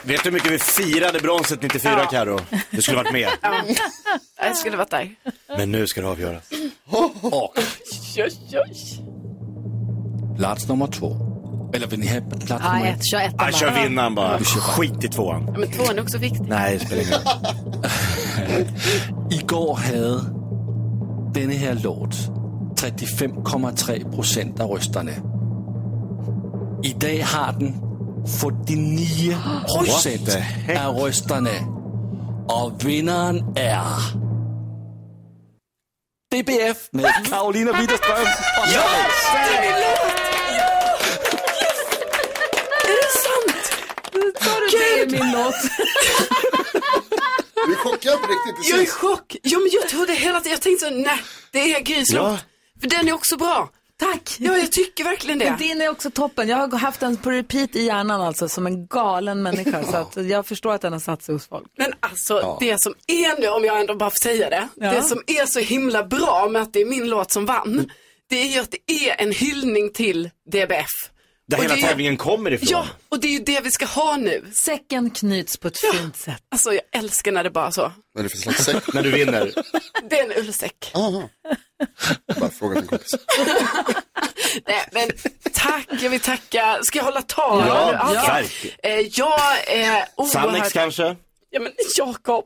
Speaker 6: Vet du hur mycket vi firade bronset 94,
Speaker 8: Ja.
Speaker 6: Karo? Du skulle varit med.
Speaker 8: Ja. Jag skulle varit där.
Speaker 6: Men nu ska det avgöras.
Speaker 11: Och plats nummer två. Eller vill ni ha plats
Speaker 1: Ja,
Speaker 11: nummer
Speaker 1: ett, kör ettan
Speaker 6: Ah, kör vinnaren bara.
Speaker 11: Vi kör bara.
Speaker 6: Skit i tvåan.
Speaker 8: Ja, men tvåan är också viktig.
Speaker 6: Nej, det spelar ingen roll.
Speaker 11: Igår havde denne her låt 35,3 procent af røsterne. I dag har den 49
Speaker 7: What
Speaker 11: procent
Speaker 7: the
Speaker 11: af røsterne. Og vinderen er... DBF med Karolina Widerstrøm og
Speaker 7: Ja!
Speaker 11: Stanley.
Speaker 7: Är det sant?
Speaker 1: Sa
Speaker 7: du det är
Speaker 1: min låt?
Speaker 5: Du är chockad på riktigt precis.
Speaker 8: Jag är i chock. Jo, men jag trodde hela tiden, jag tänkte så, nej, det är Grys
Speaker 5: Ja.
Speaker 8: låt. För den är också bra.
Speaker 1: Tack.
Speaker 8: Ja, jag tycker verkligen det.
Speaker 1: Men din är också toppen. Jag har haft den på repeat i hjärnan alltså som en galen människa. Så att jag förstår att den har satt sig hos folk.
Speaker 8: Men alltså det som är nu, om jag ändå bara får säga det,
Speaker 1: Ja.
Speaker 8: det som är så himla bra med att det är min låt som vann, det är ju att det är en hyllning till DBF.
Speaker 6: Där
Speaker 8: Och
Speaker 6: hela
Speaker 8: det är ju-
Speaker 6: tävlingen kommer ifrån.
Speaker 8: Ja, och det är ju det vi ska ha nu.
Speaker 1: Säcken knyts på ett fint sätt.
Speaker 8: Alltså jag älskar när det bara så.
Speaker 5: Vad är det för slags säck?
Speaker 6: När du vinner.
Speaker 8: Det är en ullsäck.
Speaker 5: Bara fråga en kompis.
Speaker 8: Nej, men tack, jag vill tacka. Ska jag hålla tal?
Speaker 6: Ja,
Speaker 8: nu? Alltså,
Speaker 6: verkligen.
Speaker 8: eh, Jag är
Speaker 6: Sannex
Speaker 8: oerhört...
Speaker 6: kanske?
Speaker 8: Ja, men Jakob.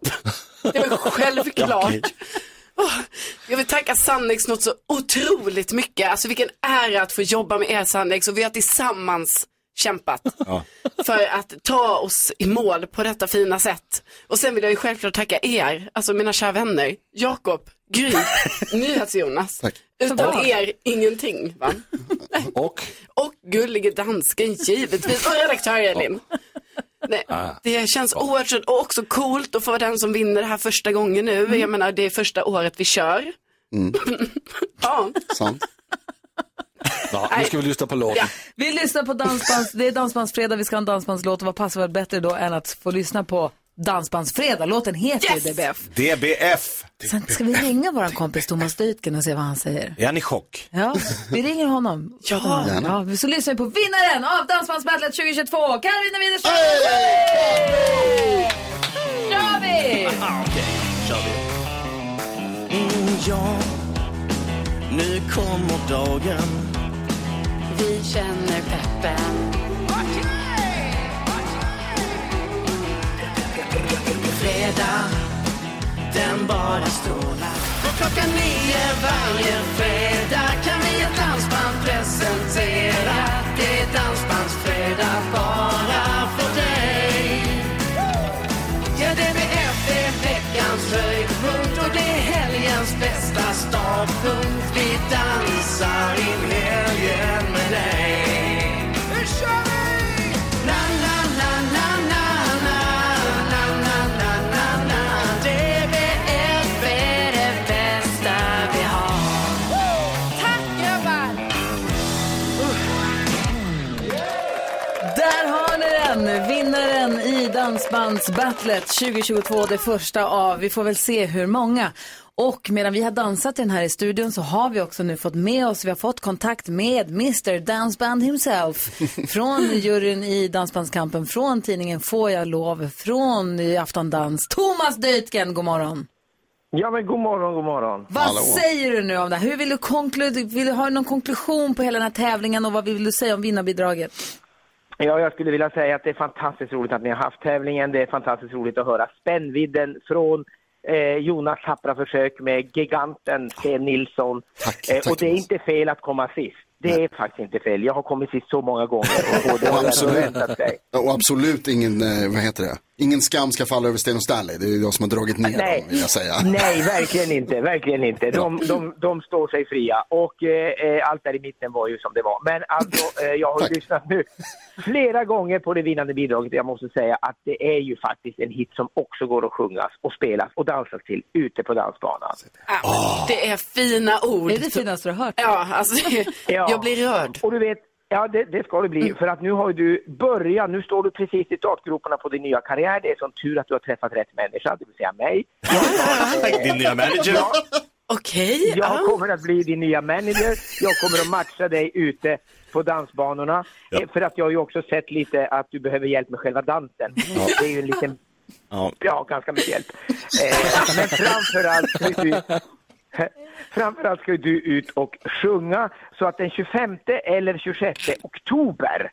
Speaker 8: Det är väl självklart.
Speaker 6: okej.
Speaker 8: Åh, Jag vill tacka Sannex något så otroligt mycket. Alltså vilken ära att få jobba med er Sannex och vi har tillsammans kämpat
Speaker 7: Ja.
Speaker 8: för att ta oss i mål på detta fina sätt. Och sen vill jag ju självklart tacka er, alltså mina kära vänner, Jakob, Gry, NyhetsJonas.
Speaker 5: Tack.
Speaker 8: Utan er, ingenting. Va?
Speaker 11: Och?
Speaker 8: Och gullige dansken, givetvis. Och redaktör Elin. Nej,
Speaker 7: Ah.
Speaker 8: det känns oerhört skönt och också coolt att få den som vinner det här första gången nu.
Speaker 5: Mm.
Speaker 8: Jag menar, det är första året vi kör.
Speaker 11: Mm.
Speaker 8: Ja.
Speaker 5: Sant.
Speaker 11: Nå, nu ska vi lyssna på låten.
Speaker 1: Vi lyssnar på dansbands, det är dansbandsfredag, vi ska ha en dansbandslåt och vad passar väl bättre då än att få lyssna på dansbandsfredag. Låten heter ju DBF.
Speaker 6: DBF.
Speaker 1: Sen ska vi ringa vår kompis Thomas Dytgen och se vad han säger.
Speaker 6: Är han i chock?
Speaker 1: Ja, vi ringer honom. Ja,
Speaker 6: Gärna.
Speaker 1: ja så lyssnar vi på vinnaren av Dansbandsbattlet 2022, Karolina Widerström! kör vi!
Speaker 7: Aha, Ah, Okej, kör vi. Mm, ja, nu kommer dagen.
Speaker 23: Vi känner peppen.
Speaker 7: Fredag, den bara strålar. Och klockan nio varje fredag kan vi ett dansband presentera. Det är dansbandsfredag bara för dig. Ja, DBF är veckans höjdpunkt och det är helgens bästa startpunkt. Vi dansar in helgen med dig. Nu kör vi! Na, na, na, na, na, na, na, na, na, na, na. DBF är det bästa vi har.
Speaker 1: Dansbattlet 2022, det första av, vi får väl se hur många. Och medan vi har dansat i den här i studion så har vi också nu fått med oss, vi har fått kontakt med Mr Dansband himself. Från juryn i Dansbandskampen, från tidningen Får jag lov, från Aftandans, Thomas Dytgen, god morgon.
Speaker 24: Ja, men god morgon, god morgon.
Speaker 1: Vad säger du nu om det här? Hur vill du konkludera, vill du ha någon konklusion på hela den här tävlingen och vad vill du säga om vinnarbidraget?
Speaker 24: Ja, jag skulle vilja säga att det är fantastiskt roligt att ni har haft tävlingen. Det är fantastiskt roligt att höra spännvidden från eh, Jonas tappra försök med giganten Sten Nilsson. eh, och det är inte fel att komma sist. Det är faktiskt inte fel. Jag har kommit sist så många gånger. Och både har
Speaker 5: Och
Speaker 24: jag
Speaker 5: absolut,
Speaker 24: förväntat sig.
Speaker 5: och absolut ingen, eh, vad heter det, ingen skam ska falla över Sten och Stanley. Det är ju de som har dragit ner
Speaker 24: Nej.
Speaker 5: dem vill jag säga.
Speaker 24: Nej, verkligen inte. Verkligen inte. De, de, de står sig fria. Och eh, eh, allt där i mitten var ju som det var. Men alltså, eh, jag har ju lyssnat nu flera gånger på det vinnande bidraget. Jag måste säga att det är ju faktiskt en hit som också går att sjungas och spelas och dansas till ute på dansbanan.
Speaker 8: Det är fina ord.
Speaker 1: Är det finaste du har hört?
Speaker 8: Ja, alltså, jag blir rörd.
Speaker 24: Och du vet, ja det, det ska du bli. För att nu har ju du börjat, nu står du precis i startgroparna på din nya karriär. Det är som tur att du har träffat rätt människa, det vill säga mig.
Speaker 6: Din nya manager.
Speaker 8: Okej.
Speaker 24: Jag kommer att bli din nya manager. Jag kommer att matcha dig ute på dansbanorna. Eh, För att jag har ju också sett lite att du behöver hjälp med själva dansen. Det är ju en liten,
Speaker 6: Ja.
Speaker 24: ja ganska mycket hjälp. Eh, men framförallt ska ju du, framförallt ska ju du ut och sjunga. Så att den 25 eller 26 oktober,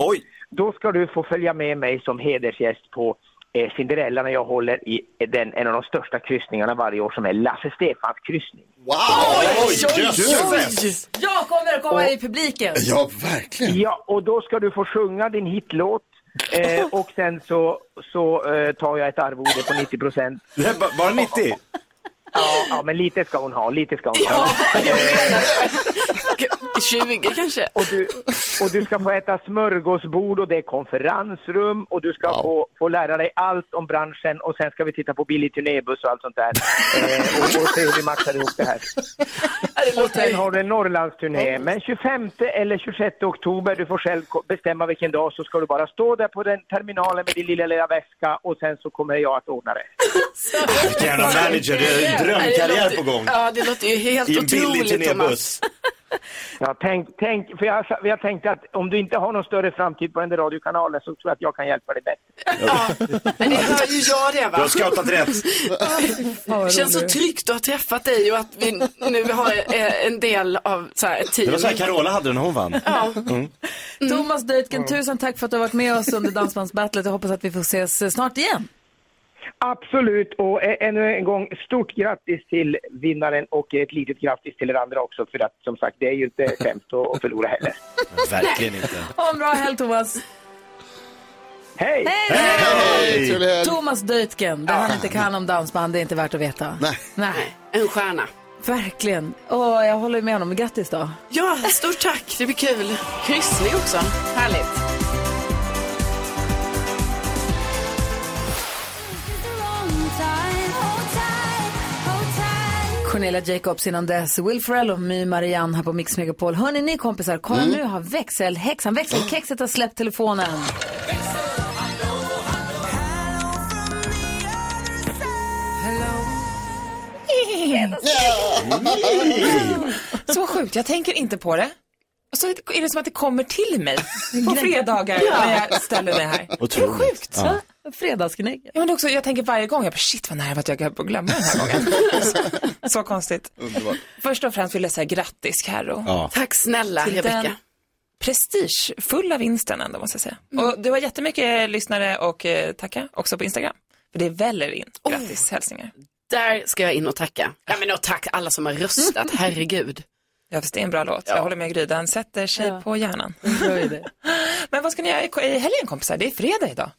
Speaker 24: då ska du få följa med mig som hedersgäst på eh, Cinderella när jag håller i den, en av de största kryssningarna varje år som är Lasse Stefans kryssning.
Speaker 5: Wow!
Speaker 1: Oj, oj, oj! Jag kommer att komma i publiken.
Speaker 5: Ja, verkligen.
Speaker 24: Ja, och då ska du få sjunga din hitlåt. Eh, och sen så, så eh, tar jag ett arvode på 90 procent.
Speaker 6: Bara 90?
Speaker 24: Ja, ja, men lite ska hon ha, lite ska hon ha.
Speaker 8: 20 kanske.
Speaker 24: Och du, och du ska få äta smörgåsbord och det är konferensrum och du ska få, få lära dig allt om branschen och sen ska vi titta på billig turnébuss och allt sånt där. Eh, och, och se hur vi matchar ihop det här. Och sen har du en Norrlandsturné. Men 25 eller 26 oktober, du får själv ko- bestämma vilken dag, så ska du bara stå där på den terminalen med din lilla, lilla väska och sen så kommer jag att ordna det.
Speaker 6: Jävla manager, det är en drömkarriär på gång.
Speaker 8: Ja, det låter ju helt
Speaker 6: I en billig
Speaker 8: otroligt, Thomas.
Speaker 6: turnébuss.
Speaker 24: Ja, tänk, tänk, för jag, jag tänkte att om du inte har någon större framtid på den där radiokanalen så tror jag att jag kan hjälpa dig bättre.
Speaker 8: Men det hör ju jag det, va?
Speaker 24: Du har scoutat rätt.
Speaker 8: Det känns så tryggt att ha träffat dig och att vi nu har eh, en del av så här, ett team.
Speaker 6: Det var så här Carola hade det när hon vann. Mm.
Speaker 1: Thomas Deutgen, tusen tack för att du har varit med oss under Dansbandsbattlet. Jag hoppas att vi får ses eh, snart igen.
Speaker 24: Absolut, och ä- ännu en gång stort grattis till vinnaren och ett litet grattis till er andra också för att som sagt det är ju inte skämt att att förlora heller.
Speaker 6: Verkligen inte.
Speaker 1: Ha en bra helg Thomas.
Speaker 24: Hej!
Speaker 1: Hej!
Speaker 6: Hej! Trevlig helg.
Speaker 1: Thomas Deutgen, det han inte kan om dansband, det är inte värt att veta. Nej. Nej.
Speaker 8: En stjärna.
Speaker 1: Verkligen. Och jag håller med honom. Grattis då.
Speaker 8: Ja, stort tack. Det blir kul. Kryssning också. Härligt.
Speaker 1: Cornelia Jacobs innan dess, Will Ferrell och My Marianne här på Mix Megapol. Hörni, ni kompisar, kolla
Speaker 7: Mm.
Speaker 1: nu har växelhäxan, växelkexet har släppt telefonen.
Speaker 25: Så sjukt, jag tänker inte på det. Och så är det som att det kommer till mig på fredagar
Speaker 1: Ja.
Speaker 25: när jag ställer det här.
Speaker 1: Otroligt.
Speaker 25: Det är sjukt.
Speaker 1: Ja. Fredagsgnägg.
Speaker 25: Ja, men det är också, jag tänker varje gång, jag bara shit vad nära att jag höll på att glömma den här gången. så, så konstigt. Först och främst vill jag säga grattis Karo.
Speaker 8: Ja. Tack snälla,
Speaker 25: Till
Speaker 8: Rebecka.
Speaker 25: den prestigefulla vinsten ändå måste jag säga.
Speaker 1: Mm.
Speaker 25: Och du har jättemycket lyssnare och eh, tacka också på Instagram. För det väller in grattishälsningar.
Speaker 8: Där ska jag in och tacka. Ja, men och tack alla som har röstat. Herregud.
Speaker 25: Ja, fast det är en bra låt. Jag håller med Gry, den sätter sig på hjärnan. Men vad ska ni göra i i helgen kompisar? Det är fredag idag.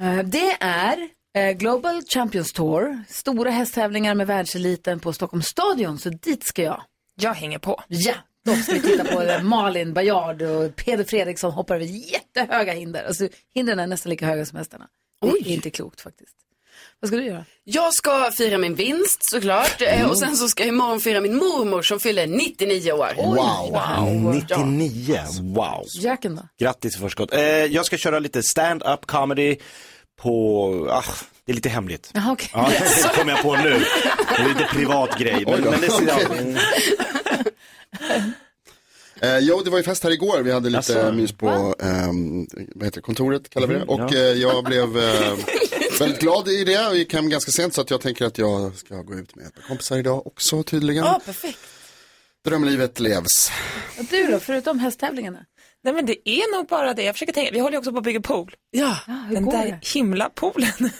Speaker 1: Eh, Det är eh, Global Champions Tour, stora hästtävlingar med världseliten på Stockholms stadion, så dit ska jag.
Speaker 25: Jag hänger på.
Speaker 1: Ja, de ska vi titta på. Det är Malin Bajard och Peder Fredriksson hoppar över jättehöga hinder. Alltså, hindren är nästan lika höga som hästarna. Det är inte klokt faktiskt. Vad ska du göra?
Speaker 8: Jag ska fira min vinst såklart. Eh, Och sen så ska jag imorgon fira min mormor som fyller 99 år.
Speaker 6: Wow. 99, wow.
Speaker 1: Jacken då?
Speaker 6: Grattis i förskott. Eh, jag ska köra lite stand-up comedy på, ah, det är lite hemligt.
Speaker 1: Jaha, okej.
Speaker 6: Ja, det kom jag på nu. Det är lite privat grej. Men,
Speaker 5: Oj då.
Speaker 6: men det ser jag.
Speaker 5: Okej. Eh, jo, det var ju fest här igår. Vi hade lite
Speaker 6: Jaså?
Speaker 5: mys på ehm, vad heter det, kontoret, kallar vi det.
Speaker 6: Mhm,
Speaker 5: Och
Speaker 6: ja.
Speaker 5: eh, jag blev eh, väldigt glad i det. Vi gick hem ganska sent så att jag tänker att jag ska gå ut med ett par kompisar idag också tydligen.
Speaker 1: Ja, perfekt.
Speaker 5: Drömlivet levs.
Speaker 1: Och du då, förutom hästtävlingarna?
Speaker 25: Nej men det är nog bara det. Jag försöker tänka, vi håller ju också på att bygga pool. Ja, den
Speaker 1: går
Speaker 25: där
Speaker 1: det?
Speaker 25: himla poolen.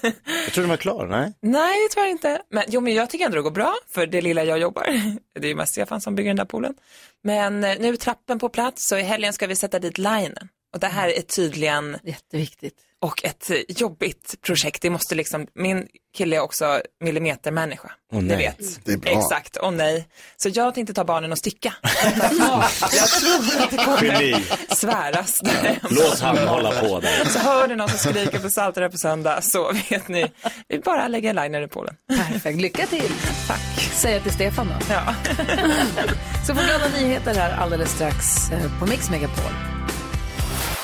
Speaker 6: jag tror den var klar, nej?
Speaker 25: Nej, det tror jag inte. Men, jo, men jag tycker ändå det går bra för det lilla jag jobbar. Det är ju mest Stefan som bygger den där poolen. Men eh, nu är trappen på plats så i helgen ska vi sätta dit linen. Och det här är tydligen
Speaker 1: jätteviktigt.
Speaker 25: Och ett eh, jobbigt projekt. Det måste liksom, min kille är också millimetermänniska.
Speaker 7: Åh,
Speaker 25: Ni
Speaker 7: nej.
Speaker 25: vet.
Speaker 7: Det är bra.
Speaker 25: Exakt, åh nej. Så jag tänkte ta barnen och sticka. jag tror att det kommer
Speaker 7: Geni.
Speaker 25: att sväras.
Speaker 6: Låt han hålla på där.
Speaker 25: Så hör du någon som skriker på Saltare på söndag så vet ni, vi bara lägger liner i poolen.
Speaker 1: Perfekt, lycka till. Tack. Säger jag till Stefan då.
Speaker 25: Ja.
Speaker 1: Så får vi glada nyheter här alldeles strax eh, på Mix Megapol.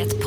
Speaker 26: Ett